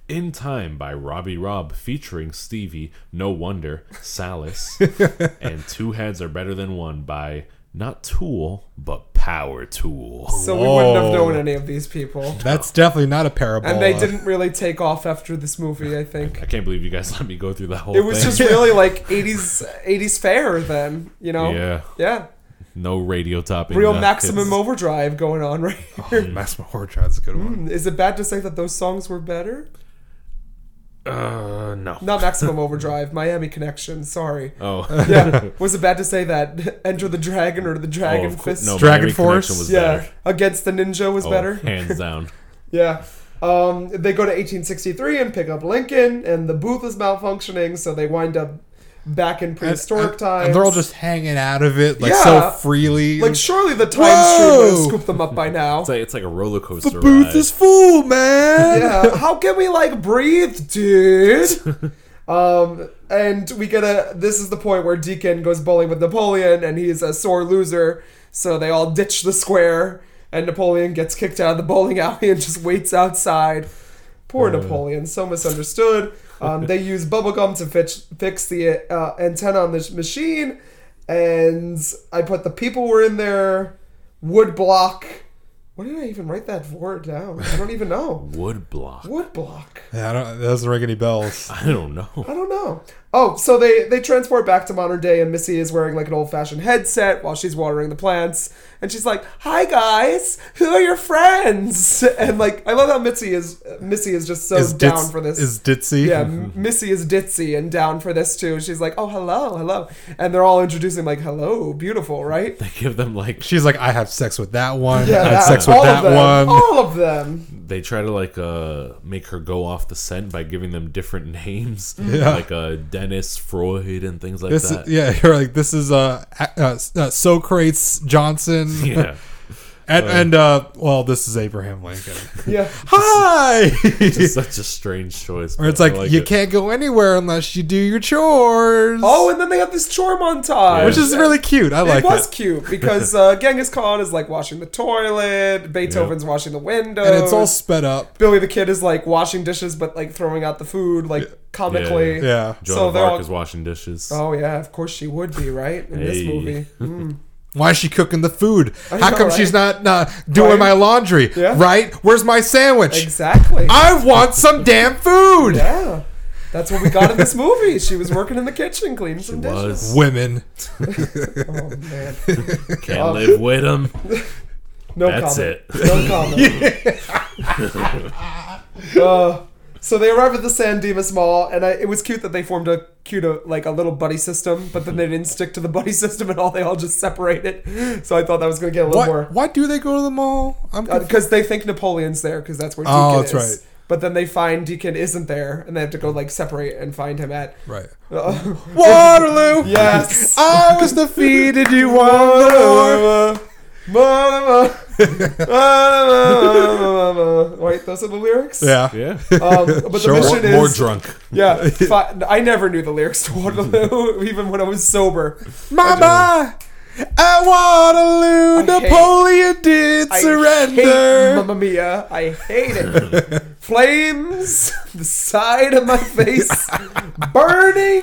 S4: In Time by Robbie Robb featuring Stevie, No Wonder, Salas, and Two Heads Are Better Than One by not Tool, but Power Tool.
S3: so we wouldn't have
S5: Whoa.
S3: known any of these people.
S5: That's definitely not a uh, parabola.
S3: And they didn't really take off after this movie, I think.
S4: I can't believe you guys let me go through that whole
S3: It
S4: thing.
S3: was just really like 80s 80s fair then, you know?
S4: Yeah.
S3: Yeah.
S4: no radio topping.
S3: Real
S4: that. Oh.
S3: maximum
S4: It's-
S3: overdrive going on right here.
S5: Maximum Overdrive's a good one.
S3: Is it bad to say that those songs were better?
S4: Uh, no.
S3: Not Maximum Overdrive, Miami Connection, sorry.
S4: Oh,
S3: Yeah. Was it bad to say that Enter the Dragon or the
S4: Oh,
S3: Dragon
S4: of course-
S3: Fist?
S4: no,
S5: Dragon
S4: Miami
S5: Force?
S4: Connection was
S3: yeah.
S4: better.
S3: Against the Ninja was
S4: Oh,
S3: better.
S4: hands down.
S3: Yeah. Um, they go to 1863 and pick up Lincoln, and the booth is malfunctioning, so they wind up back in prehistoric
S5: and,
S3: times.
S5: And they're all just hanging out of it like
S3: Yeah.
S5: so freely.
S3: like, surely the time stream would have
S5: Whoa!
S3: scooped them up by now.
S4: It's like it's like a roller coaster.
S5: the booth
S4: ride.
S5: is full, man.
S3: yeah, uh, how can we like breathe, dude? um, and we get a. This is the point where Deacon goes bowling with Napoleon, and he's a sore loser. So they all ditch the square, and Napoleon gets kicked out of the bowling alley and just waits outside. Poor Napoleon, so misunderstood. Um, they use bubblegum to fix, fix the uh, antenna on this machine, and I put the people were in there. Wood block. What did I even write that for down? I don't even know.
S4: wood block.
S3: Wood block.
S5: Yeah, I don't, that doesn't ring any bells.
S4: I don't know.
S3: I don't know. Oh, so they they transport back to modern day, and Missy is wearing like an old fashioned headset while she's watering the plants, and she's like, "Hi guys, who are your friends?" And like, I love how Missy is Missy is just so
S5: Is
S3: down
S5: Ditz-
S3: for this.
S5: Is ditzy?
S3: yeah, M- Missy is ditzy and down for this too. She's like, "Oh, hello, hello," and they're all introducing like, "Hello, beautiful," right?
S4: They give them like
S5: She's like, I had sex with that one.
S3: Yeah,
S5: I had
S3: that-
S5: sex with
S3: all of
S5: that
S3: them,
S5: one.
S3: All of them.
S4: they try to like uh make her go off the scent by giving them different names, like uh Dennis Freud and things like
S5: This
S4: that.
S5: is, yeah, you're like this is uh, a- uh, S- uh Socrates Johnson
S4: yeah.
S5: and and uh well this is Abraham Lincoln.
S3: Yeah.
S5: Hi.
S4: It's such a strange choice.
S5: Or
S4: but
S5: it's
S4: I
S5: like, you
S4: it.
S5: can't go anywhere unless you do your chores.
S3: Oh, and then they have this chore montage,
S5: which is really cute. I like
S3: it was
S5: it.
S3: cute because uh, Genghis Khan is like washing the toilet, Beethoven's washing the windows,
S5: And it's all sped up.
S3: Billy the Kid is like washing dishes but like throwing out the food like comically.
S4: Yeah.
S5: Yeah.
S4: Joan
S3: So
S4: of
S3: they're
S4: Arc
S3: all-
S4: is washing dishes.
S3: Oh yeah, of course she would be right in this
S4: Hey.
S3: movie. Mm.
S5: Why is she cooking the food? How
S3: know,
S5: come she's not uh, doing
S3: Right?
S5: my laundry?
S3: Yeah.
S5: Right? Where's my sandwich?
S3: Exactly.
S5: I want some damn food.
S3: yeah, that's what we got in this movie. She was working in the kitchen cleaning some dishes.
S4: Was
S5: Women.
S3: Oh man,
S4: can't live with them.
S3: no
S4: That's
S3: comment.
S4: it.
S3: No comment. uh, so they arrive at the San Dimas Mall, and I, it was cute that they formed a cute, uh, like a little buddy system, but then they didn't stick to the buddy system at all. They all just separated. So I thought that was going to get a little
S5: Why,
S3: more
S5: why do they go to the mall? I'm confused.
S3: because they think Napoleon's there because that's where Deacon
S5: Oh, that's
S3: is.
S5: right.
S3: But then they find Deacon isn't there, and they have to go like separate and find him at.
S5: right.
S3: Uh,
S5: Waterloo.
S3: yes.
S5: I was defeated. You won the war.
S3: Mama, mama, mama, mama. Wait, those are the lyrics.
S5: Yeah.
S4: Yeah.
S3: Um, but
S5: Sure.
S3: the mission is
S4: More drunk.
S3: Yeah, fi- I never knew the lyrics to Waterloo, even when I was sober.
S5: Mama. At Waterloo,
S3: I hate-
S5: Napoleon did
S3: I
S5: surrender.
S3: hate Mamma Mia. I hate it. Flames, the side of my face, burning,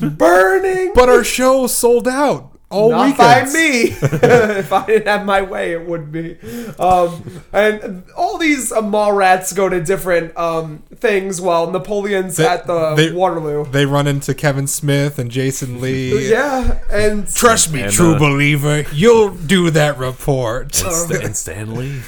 S3: burning.
S5: but our show sold out all
S3: not
S5: weekends.
S3: by me. if I didn't have my way, it would be. Um, and all these uh, mall rats go to different um, things while Napoleon's
S5: They-
S3: at the
S5: they-
S3: Waterloo.
S5: They run into Kevin Smith and Jason Lee.
S3: Oh, yeah, and
S5: Trust me,
S4: And,
S5: true
S4: uh,
S3: Uh,
S5: believer, you'll do that report.
S4: Sta- and Stanley.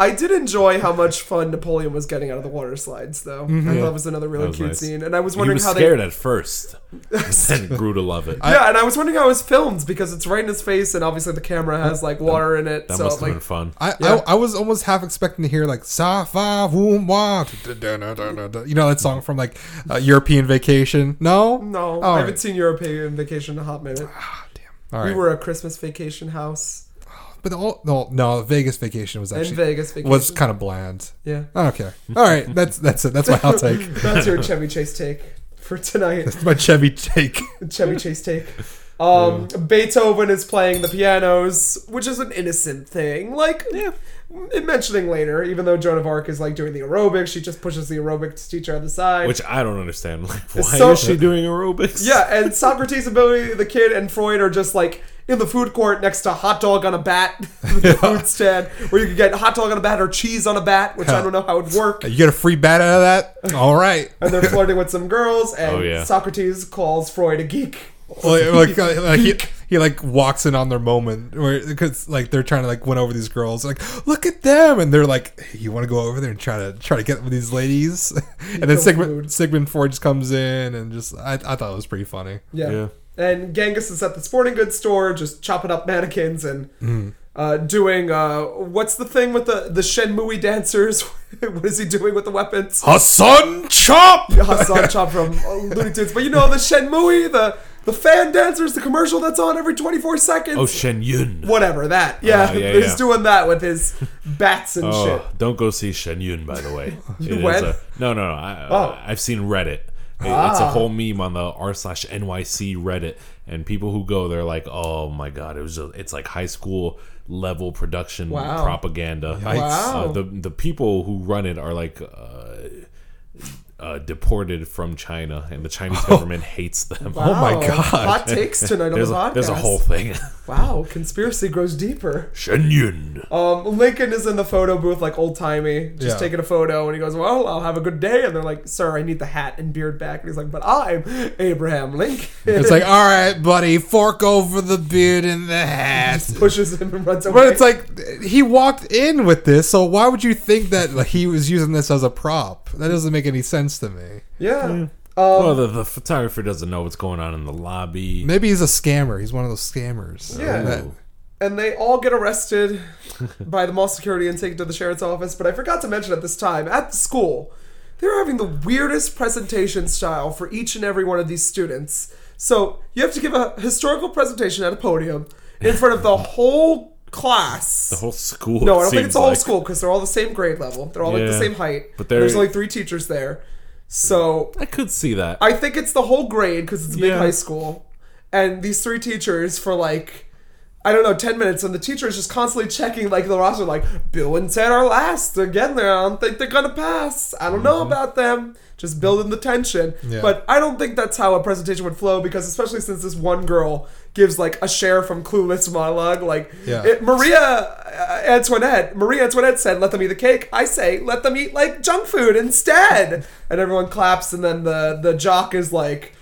S3: I did enjoy how much fun Napoleon was getting out of the water slides, though. I thought that was another really
S4: Mm-hmm. was
S3: cute
S4: nice.
S3: scene, and I was
S4: He
S3: wondering
S4: was
S3: how
S4: scared
S3: they.
S4: at first, and grew to love it.
S3: yeah, and I was wondering how it was filmed because it's right in his face, and obviously the camera has like water in it.
S4: that
S3: so
S4: must have
S3: like,
S4: been fun.
S5: I,
S3: Yeah.
S5: I I was almost half expecting to hear like "Sa fa voom wa," da-da-da-da-da-da. you know that song from like uh, European Vacation. No,
S3: no,
S5: All
S3: I
S5: right.
S3: haven't seen European Vacation in a hot minute.
S5: All
S3: We
S5: right.
S3: were a Christmas vacation house
S5: but the whole, the whole- no Vegas Vacation was
S3: and
S5: actually
S3: Vegas vacation.
S5: was kind of bland.
S3: yeah,
S5: I don't care. All right, that's that's it. That's my hot take.
S3: that's your Chevy Chase take for tonight.
S5: That's my Chevy take.
S3: Chevy Chase take. Um, Beethoven is playing the pianos, which is an innocent thing. Like, m- mentioning later, even though Joan of Arc is like doing the aerobics, she just pushes the aerobics teacher on the side.
S4: Which I don't understand. Like, why
S3: so-
S4: is she doing aerobics?
S3: yeah, and Socrates' ability, the kid, and Freud are just like in the food court next to hot dog on a bat, the food stand, where you can get hot dog on a bat or cheese on a bat, which I don't know how it would work.
S5: You get a free bat out of that. All right.
S3: And they're flirting with some girls, and
S4: Oh, yeah.
S3: Socrates calls Freud a geek.
S5: like, like, uh, like he, he like walks in on their moment where because like they're trying to like win over these girls like look at them and they're like hey, you want to go over there and try to try to get with these ladies and then
S3: Don't
S5: Sigmund
S3: mood.
S5: Sigmund Freud just comes in and just I, I thought it was pretty funny
S3: Yeah.
S4: Yeah.
S3: And Genghis is at the sporting goods store, just chopping up mannequins and uh, doing uh, what's the thing with the the Shenmue dancers? what is he doing with the weapons?
S5: Hassan Chop
S3: Hassan Chop from uh, Looney Tunes, but you know the Shenmue, the the fan dancers, the commercial that's on every twenty four seconds.
S4: Oh, Shen Yun.
S3: Whatever that, yeah,
S4: yeah,
S3: he's
S4: yeah.
S3: doing that with his bats and
S4: Oh,
S3: shit.
S4: don't go see Shen Yun, by the way. It is
S3: went?
S4: a- no, no, no. I,
S3: Oh. Ah.
S4: I've seen Reddit. It- It's a whole meme on the r slash NYC Reddit, and people who go, they're like, "Oh my god, it was just, it's like high school level production
S3: Wow.
S4: propaganda."
S3: Wow.
S4: Uh, the the people who run it are like. Uh, uh, deported from China, and the Chinese government hates them.
S3: Oh. Wow.
S5: my God.
S3: Hot takes tonight on
S4: Oh There's
S3: the
S4: a,
S3: podcast.
S4: there's a whole thing.
S3: wow, conspiracy grows deeper.
S4: Shen Yun.
S3: Um, Lincoln is in the photo booth, like old timey, just
S5: Yeah.
S3: taking a photo, and he goes, "Well, I'll have a good day." And they're like, "Sir, I need the hat and beard back." And he's like, "But I'm Abraham Lincoln."
S5: it's like all right buddy fork over the beard and the hat
S3: pushes him and runs away.
S5: but it's like he walked in with this so why would you think that like, he was using this as a prop that doesn't make any sense to me
S3: yeah, Um,
S4: well, the, the photographer doesn't know what's going on in the lobby.
S5: Maybe he's a scammer. He's one of those scammers.
S3: Yeah.
S5: That-
S3: and they all get arrested by the mall security and taken to the sheriff's office. But I forgot to mention at this time at the school, they were having the weirdest presentation style for each and every one of these students. So you have to give a historical presentation at a podium in front of the whole class.
S4: The whole school.
S3: No,
S4: it
S3: I don't think
S4: seems
S3: it's all
S4: like.
S3: school because they're all the same grade level. They're all like the
S4: Yeah.
S3: same height. But
S4: But they're-
S3: there's only three teachers there, so
S4: I could see that.
S3: I think it's the whole grade because it's big
S4: Yeah.
S3: high school, and these three teachers for like. I don't know, 10 minutes, and the teacher is just constantly checking, like, the roster, like, Bill and Ted are last. They're getting there. I don't think they're going to pass. I don't know
S4: Mm-hmm.
S3: about them. Just building the tension.
S5: Yeah.
S3: But I don't think that's how a presentation would flow because, especially since this one girl gives, like, a share from Clueless monologue, like,
S5: Yeah.
S3: it, Maria uh, Antoinette, Maria Antoinette said, "Let them eat the cake." I say, "Let them eat like junk food instead." and everyone claps, and then the the jock is like,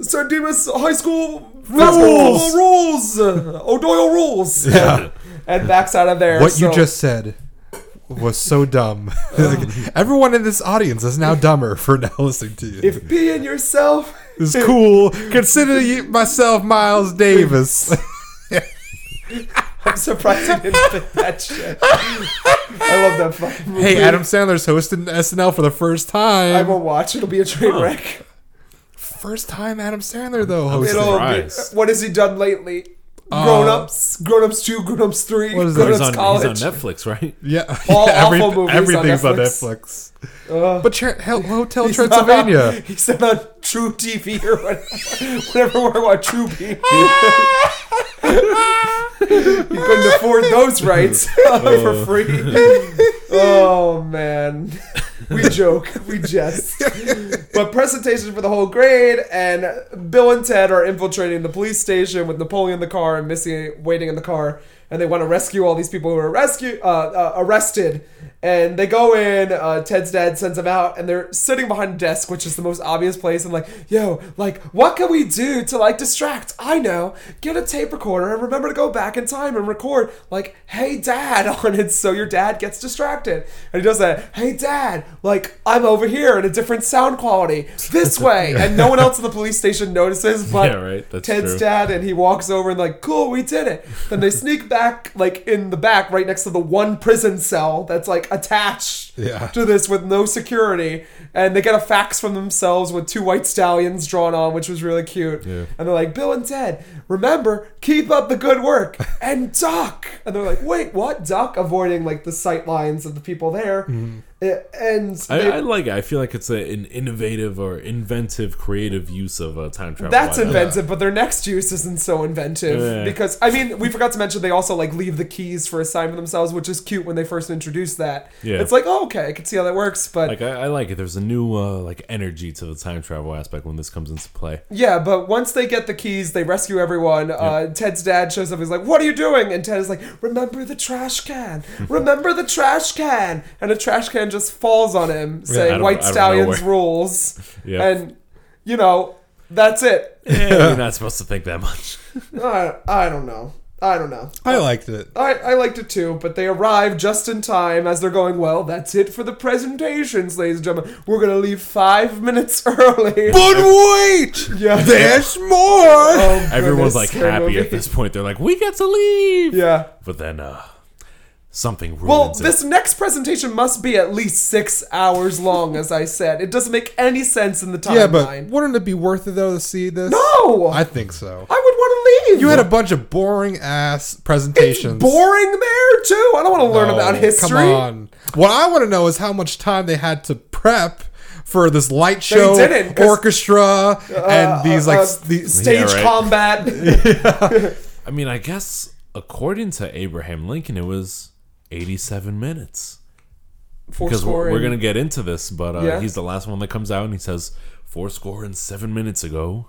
S3: "Sir Demas, high school rules, rules, uh, O'Doyle rules." Yeah. and backs out of there.
S5: What you
S3: so- Um,
S5: just said was so dumb. Like, everyone in this audience is now dumber for now listening to you.
S3: if being yourself.
S5: It's cool. Consider you- myself Miles Davis.
S3: I'm surprised you didn't think that shit. I love that fucking movie.
S5: hey, Adam Sandler's hosting SNL for the first
S3: I
S5: time.
S3: will watch. It'll be a train wreck.
S5: first time Adam Sandler though hosting.
S3: It'll be,
S4: surprised. Uh,
S3: what has he done lately? Grown ups, grown ups two, grown ups three,
S5: What is that?
S3: grown
S4: he's,
S3: ups
S4: on,
S3: college.
S4: he's on Netflix, right?
S5: yeah,
S3: All
S5: yeah,
S3: awful movies on
S5: everything's on Netflix.
S3: Netflix.
S5: but Tra- Hel- Hotel
S3: Uh, He's not
S5: Transylvania.
S3: on- He's not on True TV or whatever, whatever we're on True TV. he couldn't afford those rights for free. oh man, we joke, we jest. But presentation for the whole grade, and Bill and Ted are infiltrating the police station with Napoleon in the car and Missy waiting in the car. and they want to rescue all these people who are rescue uh, uh, arrested. And they go in. Uh, Ted's dad sends them out, and they're sitting behind a desk, which is the most obvious place. And like, yo, like, what can we do to like distract? I know, get a tape recorder and remember to go back in time and record like, hey dad, on it, so your dad gets distracted. And he does that. Hey dad, like, I'm over here in a different sound quality this way, and no one else in the police station notices. But
S4: Yeah, right, that's
S3: Ted's
S4: true.
S3: dad dad and he walks over and like cool we did it then they sneak back like in the back right next to the one prison cell that's like attached
S5: Yeah.
S3: to this with no security and they get a fax from themselves with two white stallions drawn on which was really cute and they're like bill and ted remember keep up the good work and duck and they're like wait what duck avoiding like the sight lines of the people there A- and
S4: Mm-hmm. I,
S3: they-
S4: I like it. I feel like it's a, an innovative or inventive, creative use of uh, time travel.
S3: That's
S4: Why not?
S3: inventive, but their next use isn't so inventive
S4: Yeah.
S3: because I mean we forgot to mention they also like leave the keys for a sign for themselves, which is cute when they first introduced that.
S4: Yeah.
S3: It's like oh, okay, I can see how that works, but
S4: Like I, I like it. There's a new uh, like energy to the time travel aspect when this comes into play.
S3: yeah, but once they get the keys, they rescue everyone. Uh, Ted's dad shows up. He's like, "What are you doing?" And Ted is like, "Remember the trash can. Remember the trash can." And a trash can just falls on him, saying,
S4: I don't-
S3: "White
S4: I don't know
S3: stallions
S4: where-
S3: rules,"
S4: Yeah.
S3: and you know that's it.
S4: Eh, You're not supposed to think that much.
S3: I, I don't know. I don't know.
S5: I liked it.
S3: I, I liked it too, but they arrive just in time as they're going, well, that's it for the presentations, ladies and gentlemen. We're going to leave five minutes early.
S5: But wait,
S3: Yeah.
S5: there's more.
S3: Oh,
S4: Everyone's
S3: goodness,
S4: like
S3: scary
S4: happy
S3: movie.
S4: at this point. They're like, we get to leave.
S3: Yeah.
S4: But then uh, something ruins
S3: Well,
S4: it.
S3: this next presentation must be at least six hours long, as I said. It doesn't make any sense in the timeline.
S5: yeah, but wouldn't it be worth it though to see this?
S3: no!
S5: I
S3: I,
S5: think so.
S3: would want to leave.
S5: You had a bunch of boring ass presentations.
S3: boring there, too. I don't want to learn
S5: No,
S3: about history.
S5: Come on. What I want to know is how much time they had to prep for this light
S3: They
S5: show,
S3: didn't, 'cause-
S5: orchestra, and these like
S3: Uh,
S5: s- these.
S3: stage
S4: Yeah, right.
S3: combat.
S4: I mean, I guess according to Abraham Lincoln, it was 87 minutes. Because we're, we're going to get into this, but uh,
S3: Yeah.
S4: he's the last one that comes out and he says, four score and seven minutes ago.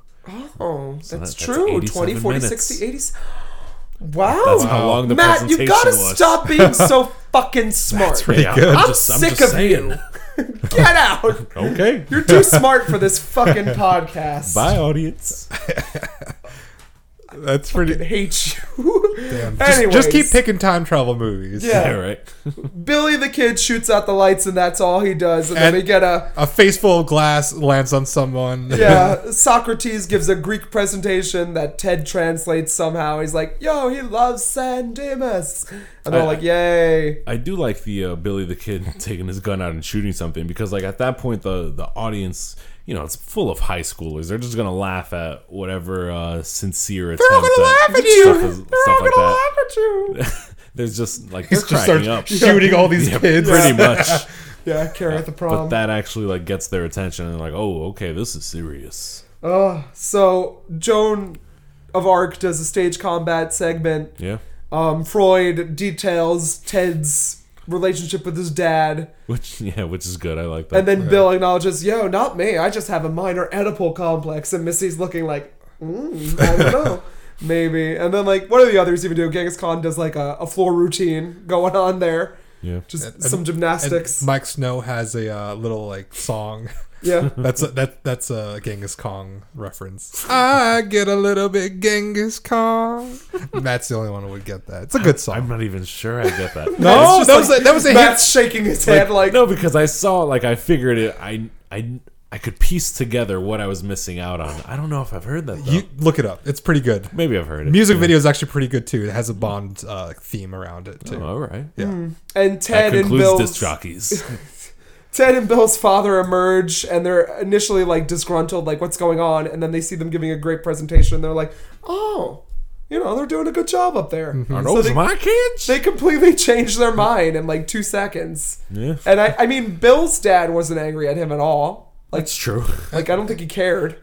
S3: Oh, that's
S4: that- that's
S3: true.
S4: 87
S3: 20, 40,
S4: minutes.
S3: 60, 80. Wow.
S4: That's how long the
S3: Matt,
S4: presentation
S3: you gotta
S4: was.
S3: stop being so fucking smart.
S4: Yeah,
S3: I'm
S4: I'm just, I'm
S3: sick
S4: just
S3: of
S4: saying.
S3: you. Get out.
S4: Okay.
S3: You're too smart for this fucking podcast.
S4: Bye, audience.
S5: That's pretty.
S3: I hate you. Damn.
S5: Just,
S3: Anyways,
S5: just keep picking time travel movies.
S3: Yeah.
S4: All right.
S3: Billy the Kid shoots out the lights, and that's all he does. And, then
S5: And-
S3: we get a.
S5: A face full of glass lands on someone.
S3: Yeah, Socrates gives a Greek presentation that Ted translates somehow. He's like, yo, he loves San Dimas. And they're
S4: I-
S3: like, yay.
S4: I do like the uh, Billy the Kid taking his gun out and shooting something because, like, at that point, the the audience, you know, it's full of high schoolers. They're just gonna laugh at whatever uh, sincere attempt.
S5: all gonna
S4: at
S5: laugh at
S4: stuff
S5: you.
S4: is-
S5: They're
S4: stuff like that.
S3: laugh at you.
S4: There's just like they're
S5: just
S4: cracking
S5: starts
S4: up.
S5: shooting all these
S4: Yeah,
S5: kids.
S4: pretty much.
S3: Yeah, Kara at the
S4: But
S3: prom.
S4: that actually like gets their attention and like, oh, okay, this is serious.
S3: Ugh. so Joan of Arc does a stage combat segment.
S4: Yeah.
S3: Um, Freud details Ted's relationship with his dad,
S4: Which yeah, which is good. I like that.
S3: and then Bill acknowledges, "Yo, not me. I just have a minor Oedipal complex." And Missy's looking like, mm, "I don't know." Maybe. And then, like, what do the others even do? Genghis Khan does, like, a, a floor routine going on there.
S4: yeah.
S3: Just some
S5: And
S3: gymnastics.
S5: Mike Snow has a uh, little like song.
S3: yeah.
S5: That's a, that that's a Genghis Kong reference. I get a little bit Genghis Kong. Matt's the only one who would get that. It's a good song.
S4: I'm not even sure I get that.
S5: no,
S3: It's just
S5: that was
S3: like
S5: a, that was a hit.
S3: Matt's shaking his head like,
S4: No, because I saw like I figured it. I I I could piece together what I was missing out on. I don't know if I've heard that. Though.
S5: You look it up. It's pretty good.
S4: Maybe I've heard it.
S5: Music video is actually pretty good too. It has a Bond uh, theme around it too.
S4: Oh, all right.
S5: Yeah.
S3: Hmm. and
S4: That
S3: Ted and
S4: concludes
S3: Bill.
S4: disc jockeys.
S3: Ted and Bill's father emerge and they're initially like disgruntled, like what's going on, and then they see them giving a great presentation and they're like, Oh, you know, they're doing a good job up there.
S4: Are
S3: So
S4: those
S3: they,
S4: my kids?
S3: they completely change their mind in like two seconds.
S4: yeah,
S3: And I, I mean Bill's dad wasn't angry at him at all. Like
S4: that's true.
S3: like I don't think he cared.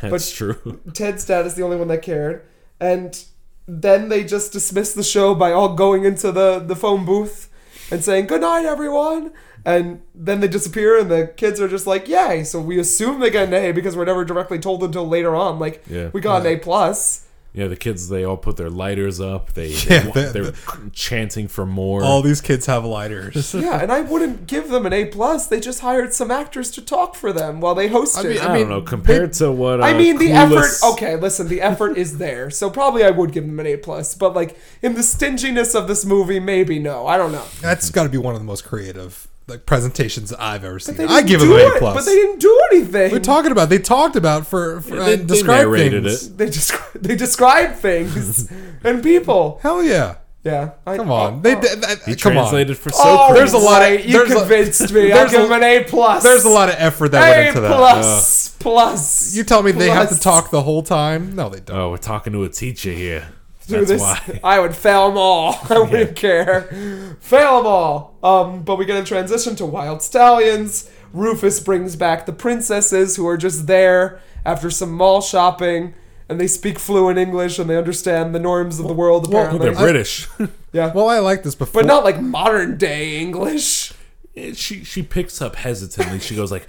S4: That's true.
S3: Ted's dad is the only one that cared. And then they just dismiss the show by all going into the, the phone booth and saying, Good night, everyone. And then they disappear, and the kids are just like, Yay. So we assume they get an A because we're never directly told until later on. Like,
S4: Yeah.
S3: we got an A. plus.
S4: Yeah, the kids they all put their lighters up. They,
S5: Yeah,
S4: they,
S5: the-
S4: are chanting for more.
S5: All these kids have lighters.
S3: yeah, and I wouldn't give them an A plus. They just hired some actors to talk for them while they hosted.
S5: mean-
S4: I,
S5: mean,
S4: don't know. Compared to what
S3: I
S4: uh,
S3: mean, the
S4: Clueless-
S3: effort. Okay, listen, the effort is there, so probably I would give them an A plus. But like in the stinginess of this movie, maybe no. I don't know.
S5: That's got to be one of the most creative like presentations I've ever seen.
S3: They
S5: I
S3: didn't
S5: give
S3: do
S5: them an
S3: it,
S5: A plus.
S3: But they didn't do anything.
S5: We're talking about they talked about for, for
S4: They,
S5: and
S4: they
S5: described
S4: narrated
S5: things.
S4: it.
S3: They just they describe things and people.
S5: Hell yeah!
S3: Yeah, I,
S5: Come on, they did.
S4: He
S5: come on.
S4: translated for so.
S3: Oh,
S5: there's a lot of-
S3: right, you
S5: there's a-
S3: convinced me. I'll
S5: there's
S3: give
S5: a-
S3: them an A plus.
S5: There's a lot of effort that went
S3: A
S5: into that.
S3: plus plus.
S5: You tell me they have to
S3: plus.
S5: talk the whole time? No, they don't.
S4: Oh, we're talking to a teacher here.
S3: do
S4: That's
S3: this,
S4: why.
S3: I would fail them all. I wouldn't care. Fail them all. Um, but we get a transition to Wild Stallions. Rufus brings back the princesses who are just there after some mall shopping, and they speak fluent English and they understand the norms of the world. Apparently,
S4: They're British.
S3: yeah,
S5: Well, I like this before.
S3: but not like modern day English.
S4: And she she picks up hesitantly. She goes like,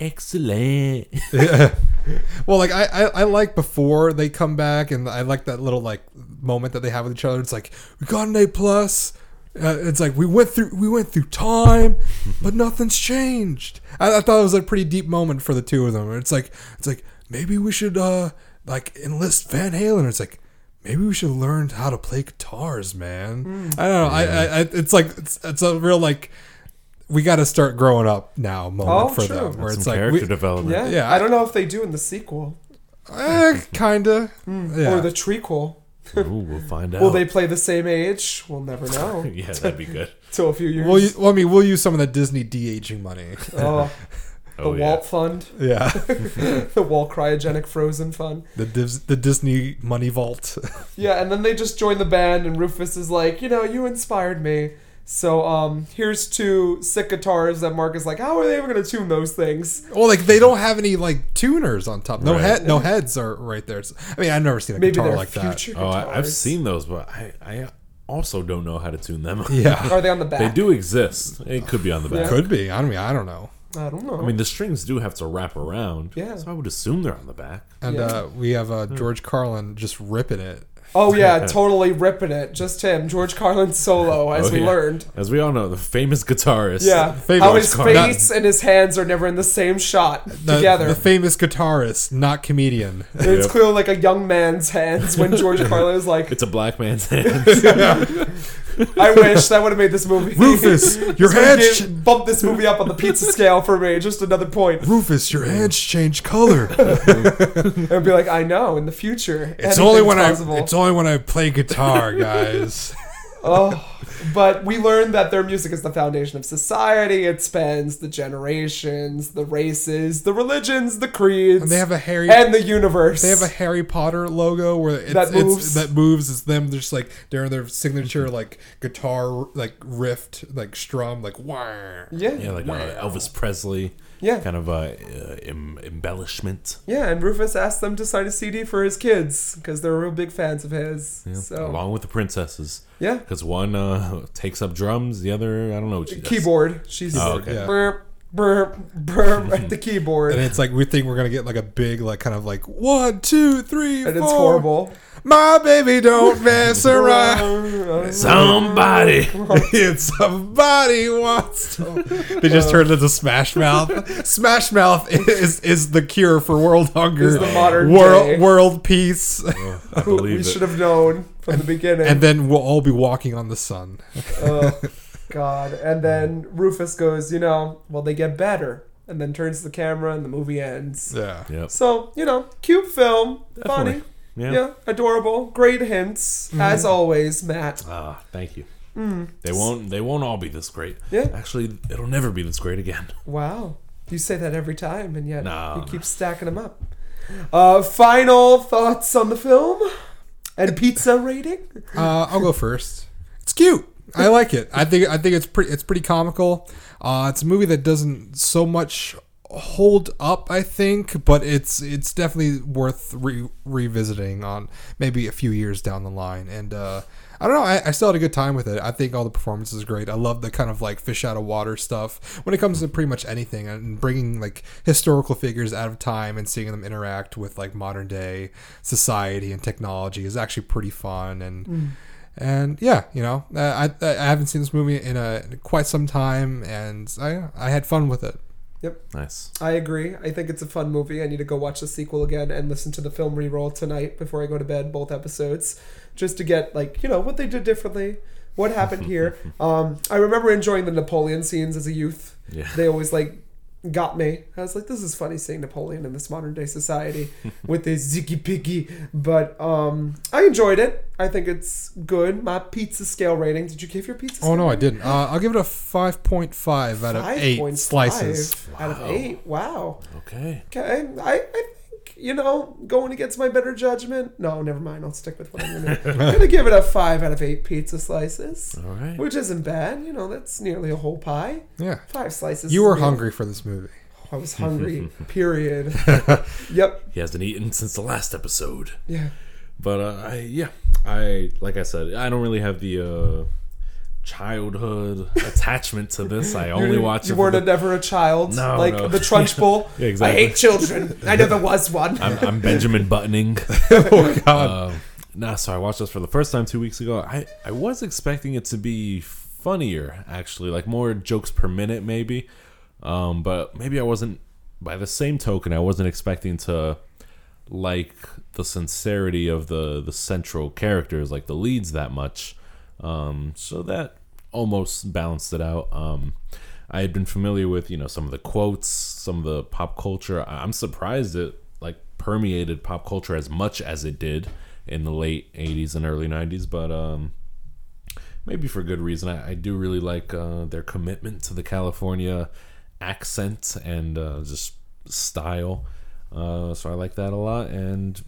S4: "Excellent."
S5: well, like I, I, I like before they come back, and I like that little like moment that they have with each other. It's like we got an A plus. Uh, it's like we went through we went through time, but nothing's changed. I, I thought it was a pretty deep moment for the two of them. It's like it's like maybe we should uh like enlist Van Halen. It's like maybe we should learn how to play guitars, man.
S3: Hmm.
S5: I don't know. I, I, I it's like it's, it's a real like we got to start growing up now moment
S3: Oh,
S5: for
S3: true.
S5: them where
S4: Some
S5: it's like
S4: character
S5: we,
S4: development.
S3: Yeah,
S5: Yeah,
S3: I,
S5: I-
S3: don't know if they do in the sequel
S5: Eh, kinda. Yeah.
S3: Hmm. or the trequel.
S4: Ooh, we'll find out.
S3: Will they play the same age? We'll never know
S4: yeah, that'd be good.
S3: till a few years.
S5: we'll, u- well, I mean, we'll use some of that Disney de aging money.
S3: oh, the
S4: Oh, yeah.
S3: Walt Fund.
S5: yeah,
S3: the wall cryogenic frozen fun.
S5: the Dis- the Disney money vault.
S3: Yeah, and then they just join the band, and Rufus is like, you know, you inspired me. So um, here's two sick guitars that Mark is like, how are they ever gonna tune those things?
S5: well, like they don't have any like tuners on top. No
S4: Right.
S5: head, no heads are right there. It's- I mean, I've never seen a
S3: Maybe
S5: guitar
S3: they're
S5: like
S3: future
S4: Oh,
S3: guitars.
S4: I, I've seen those, but I, I also don't know how to tune them.
S5: that. Yeah,
S3: Are they on the back?
S4: They do exist. It could be on the back.
S5: could be. I mean, I don't know.
S3: I don't know.
S4: I mean, the strings do have to wrap around.
S3: Yeah.
S4: So I would assume they're on the back.
S5: And
S3: Yeah. Hmm.
S5: uh, we have uh, George Carlin just ripping it.
S3: oh yeah, totally ripping it. Just him, George Carlin solo, as
S4: Oh,
S3: we
S4: yeah.
S3: learned.
S4: As we all know, the famous guitarist.
S3: Yeah,
S5: Favorite
S3: how his
S5: George Carlin.
S3: face and his hands are never in the same shot
S5: The,
S3: together.
S5: the famous guitarist, not comedian.
S3: it's clearly like a young man's hands when George Carlin is like,
S4: It's a black man's hands.
S3: I wish that would have made this movie.
S5: Rufus, your
S3: Just
S5: hands,
S3: give-
S5: ch-
S3: bump this movie up on the pizza scale for me. Just another point,
S5: Rufus,
S3: Hmm.
S5: your hands change color.
S3: and be like, I know in the future.
S5: It's only when
S3: anything's possible.
S5: I, it's only when I play guitar, guys.
S3: oh, but we learned that their music is the foundation of society. It spans the generations, the races, the religions, the creeds,
S5: And they have a Harry.
S3: and the universe.
S5: They have a Harry Potter logo where it's,
S3: That
S5: it's-
S3: moves.
S5: that moves. It's them. They're just like during their signature like guitar like rift like strum like wah.
S3: yeah,
S4: yeah,
S3: yeah,
S4: like uh, Elvis Presley.
S3: Yeah.
S4: Kind of a uh, em- embellishment.
S3: And Rufus asked them to sign a CD for his kids because they're real big fans of his. so
S4: Along with the princesses.
S3: yeah,
S4: Because one uh, takes up drums, the other, I don't know what she does.
S3: keyboard. She's
S4: Oh, okay.
S5: Yeah.
S3: burp burp burp at the keyboard.
S5: And it's like we think we're gonna get like a big like kind of like one two three
S3: and
S5: four.
S3: it's horrible.
S5: My baby don't mess around.
S4: Somebody!
S5: if somebody wants to, they
S3: Uh.
S5: just turned into Smash Mouth. Smash Mouth is is the cure for world hunger,
S3: Is the modern
S5: world
S3: day.
S5: world peace.
S4: I
S3: Who we
S4: believe
S3: should
S4: it.
S3: have known from the beginning.
S5: And then we'll all be walking on the sun.
S3: oh, God. And then Rufus goes, you know, well, they get better. And then turns to the camera and the movie ends.
S5: Yeah.
S4: Yep.
S3: So, you know, cute film. Funny.
S4: Yeah.
S3: Yeah. adorable. Great hints. As always, Matt.
S4: Ah, thank you. They won't. They won't all be this great.
S3: Hmm. Yeah.
S4: Actually, it'll never be this great again.
S3: Wow. You say that every time, and yet
S4: No,
S3: you
S4: no.
S3: keep stacking them up. Uh, final thoughts on the film? And pizza rating?
S5: Uh, I'll go first. It's cute. I like it. I think I think it's pretty. It's pretty comical. Uh, it's a movie that doesn't so much hold up, I think, but it's it's definitely worth re- revisiting on maybe a few years down the line. And uh, I don't know, I, I still had a good time with it. I think all the performances are great. I love the kind of like fish out of water stuff when it comes to pretty much anything and bringing like historical figures out of time and seeing them interact with like modern day society and technology is actually pretty fun and. And yeah, you know, uh, I, I I haven't seen this movie in a quite some time, and I I had fun with it.
S4: Nice.
S3: I agree. I think it's a fun movie. I need to go watch the sequel again and listen to the film reroll tonight before I go to bed, both episodes, just to get like you know what they did differently, what happened here. um, I remember enjoying the Napoleon scenes as a youth.
S4: Yeah.
S3: They always like got me. I was like, this is funny seeing Napoleon in this modern day society with his ziggy piggy. But um, I enjoyed it. I think it's good. My pizza scale rating. Did you give your pizza?
S5: Oh
S3: scale
S5: no, I didn't. Uh, I'll give it a five point five out of eight
S3: 5.5
S5: slices.
S3: Out of eight. Wow.
S4: Okay.
S3: Okay. I, I think, you know, going against my better judgment. No, never mind. I'll stick with what I'm going to I'm going to give it a five out of eight pizza slices,
S4: All right.
S3: which isn't bad. You know, that's nearly a whole pie.
S5: Yeah,
S3: Five slices.
S5: you
S3: is
S5: were
S3: real.
S5: hungry for this movie.
S3: I was hungry, period. yep.
S4: He hasn't eaten since the last episode.
S3: Yeah.
S4: But uh, I, yeah, I like I said, I don't really have the uh, childhood attachment to this. I only watch
S3: You
S4: it. for
S3: weren't
S4: the-
S3: a, never a child,
S4: No,
S3: like
S4: no.
S3: the Trunchbull.
S4: Yeah, exactly.
S3: I hate children. I never was one.
S4: I'm, I'm Benjamin Buttoning.
S5: oh God,
S4: Uh, nah, so I watched this for the first time two weeks ago. I, I was expecting it to be funnier, actually, like more jokes per minute, maybe. Um, but maybe I wasn't, by the same token, I wasn't expecting to like the sincerity of the, the central characters, like the leads, that much. Um, so that almost balanced it out. Um, I had been familiar with, you know, some of the quotes, some of the pop culture. I- I'm surprised it like permeated pop culture as much as it did in the late 80s and early 90s, but um maybe for good reason. I, I do really like uh, their commitment to the California accent and uh, just style. Uh, so I like that a lot, and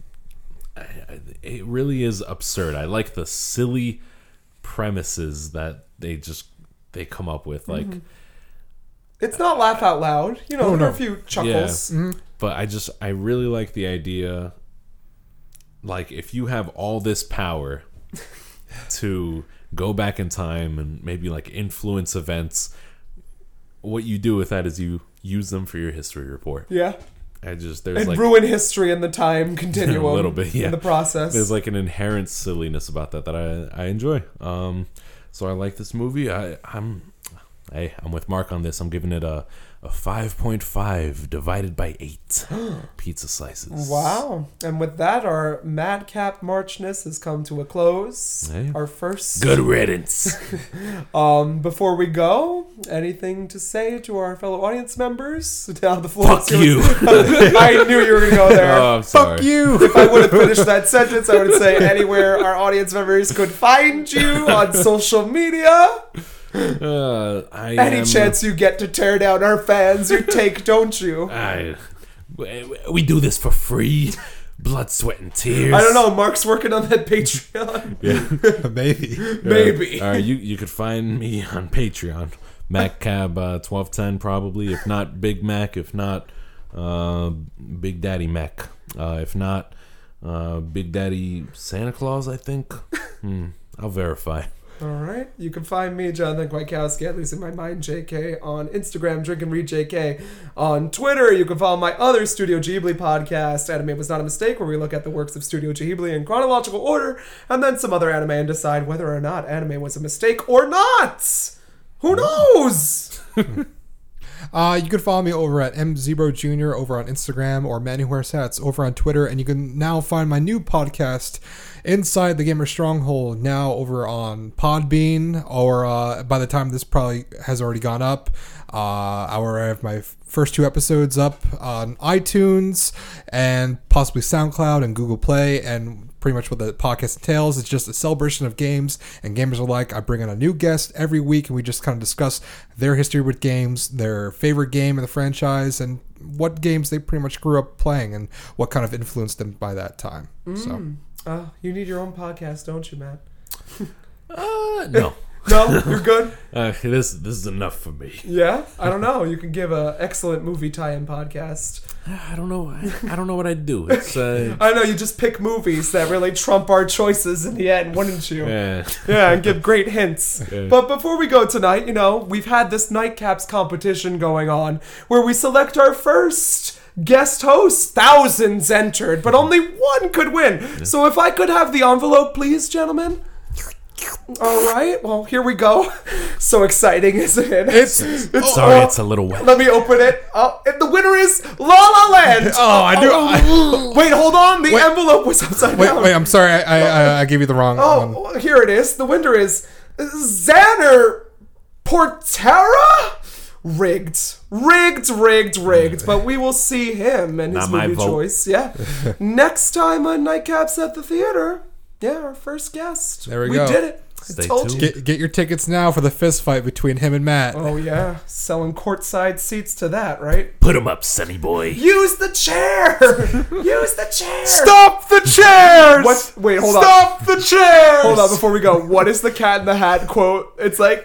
S4: I, I, it really is absurd. I like the silly premises that they just they come up with, like.
S3: It's not laugh out loud. You know,
S5: Oh,
S3: there are
S5: no.
S3: a few chuckles. Mm-hmm.
S4: but I just I really like the idea like if you have all this power to go back in time and maybe like influence events what you do with that is you use them for your history report.
S3: Yeah.
S4: I just there's
S3: And
S4: like
S3: ruin history in the time continuum.
S4: A little bit, yeah.
S3: In the process.
S4: there's like an inherent silliness about that that I I enjoy. Um so I like this movie. I I'm Hey, I'm with Mark on this. I'm giving it a, a 5.5 divided by 8 pizza slices.
S3: Wow. And with that, our madcap marchness has come to a close.
S4: Hey.
S3: Our first.
S4: Good riddance.
S3: Um, before we go, anything to say to our fellow audience members? Now the floor
S4: Fuck
S3: is yours.
S4: you.
S3: I knew you were going to go there.
S4: Oh, I'm sorry.
S5: fuck you.
S3: if I would have finished that sentence, I would say anywhere our audience members could find you on social media.
S4: Uh, I
S3: Any
S4: am-
S3: chance you get to tear down our fans, you take, don't you?
S4: I, we we do this for free. Blood, sweat, and tears.
S3: I don't know. Mark's working on that Patreon.
S5: Maybe.
S3: Maybe.
S4: All right, you you could find me on Patreon, MacCab uh, twelve ten probably. If not Big Mac, if not uh, Big Daddy Mac, uh, if not uh, Big Daddy Santa Claus, I think. Hmm, I'll verify.
S3: All right. You can find me, Jonathan Kwiatkowski, at Losing My Mind JK, on Instagram, Drink and Read JK. On Twitter, you can follow my other Studio Ghibli podcast, Anime Was Not a Mistake, where we look at the works of Studio Ghibli in chronological order, and then some other anime and decide whether or not anime was a mistake or not. Who knows?
S5: Uh, you can follow me over at mzebro jr over on Instagram or Man Who Wears Hats over on Twitter, and you can now find my new podcast, Inside the Gamer Stronghold, now over on Podbean. Or uh, by the time this probably has already gone up, uh, I already have my f- first two episodes up on iTunes and possibly SoundCloud and Google Play and pretty much what the podcast entails. It's just a celebration of games and gamers alike. I bring on a new guest every week and we just kind of discuss their history with games, their favorite game in the franchise, and what games they pretty much grew up playing and what kind of influenced them by that time. So
S3: Uh, you need your own podcast, don't you, Matt?
S4: Uh, no,
S3: No, you're good.
S4: Uh, this this is enough for me.
S3: Yeah, I don't know. You can give a excellent movie tie-in podcast.
S4: I don't know. I, I don't know what I'd do. It's uh,
S3: I know you just pick movies that really trump our choices in the end, wouldn't you?
S4: yeah.
S3: yeah, and give great hints. But before we go tonight, you know, we've had this nightcaps competition going on where we select our first guest host. Thousands entered, but only one could win. So if I could have the envelope, please, gentlemen. All right, well, here we go. So exciting, isn't it? It's,
S5: Oh,
S3: it's
S4: Sorry, it's a little wet.
S3: Let me open it. Uh, and the winner is La La Land.
S5: Oh, I knew-
S3: Oh, wait, hold on. The envelope was upside
S5: Wait,
S3: down.
S5: wait. I'm sorry. I, I, I, I gave you the wrong
S3: Oh,
S5: one.
S3: well, here it is. The winner is Xander Portera. Rigged, rigged, rigged, rigged. But we will see him and his
S4: Not my
S3: movie
S4: vote.
S3: choice. Yeah. Next time on Nightcaps at the theater. Yeah, our first guest.
S5: There we
S3: we
S5: go.
S3: did it. I
S4: Stay
S3: told
S4: tuned.
S3: you.
S5: Get, get your tickets now for the fist fight between him and Matt.
S3: Oh yeah, selling courtside seats to that, right?
S4: Put him up, Sonny boy.
S3: Use the chair. Use the chair.
S5: Stop the chairs!
S3: What? Wait, hold on.
S5: Stop the chairs!
S3: Hold on, before we go, what is the Cat in the Hat quote? It's like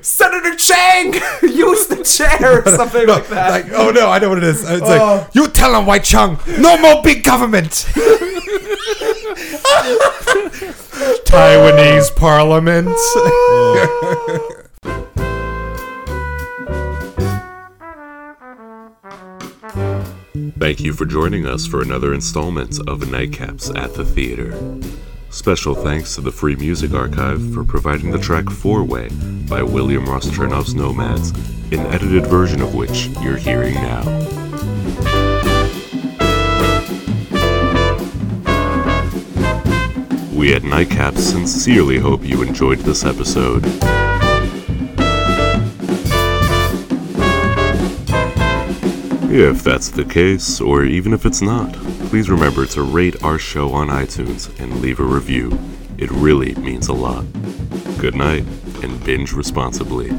S3: Senator Chang, use the chair, or something like that.
S5: Like, oh no, I know what it is. It's
S3: Oh.
S5: like, you tell him, White Chung, no more big government! Taiwanese parliament.
S1: Thank you for joining us for another installment of Nightcaps at the Theater. Special thanks to the Free Music Archive for providing the track Four Way by William Ross Chernoff's Nomads, an edited version of which you're hearing now. We at Nightcaps sincerely hope you enjoyed this episode. If that's the case, or even if it's not, please remember to rate our show on iTunes and leave a review. It really means a lot. Good night, and binge responsibly.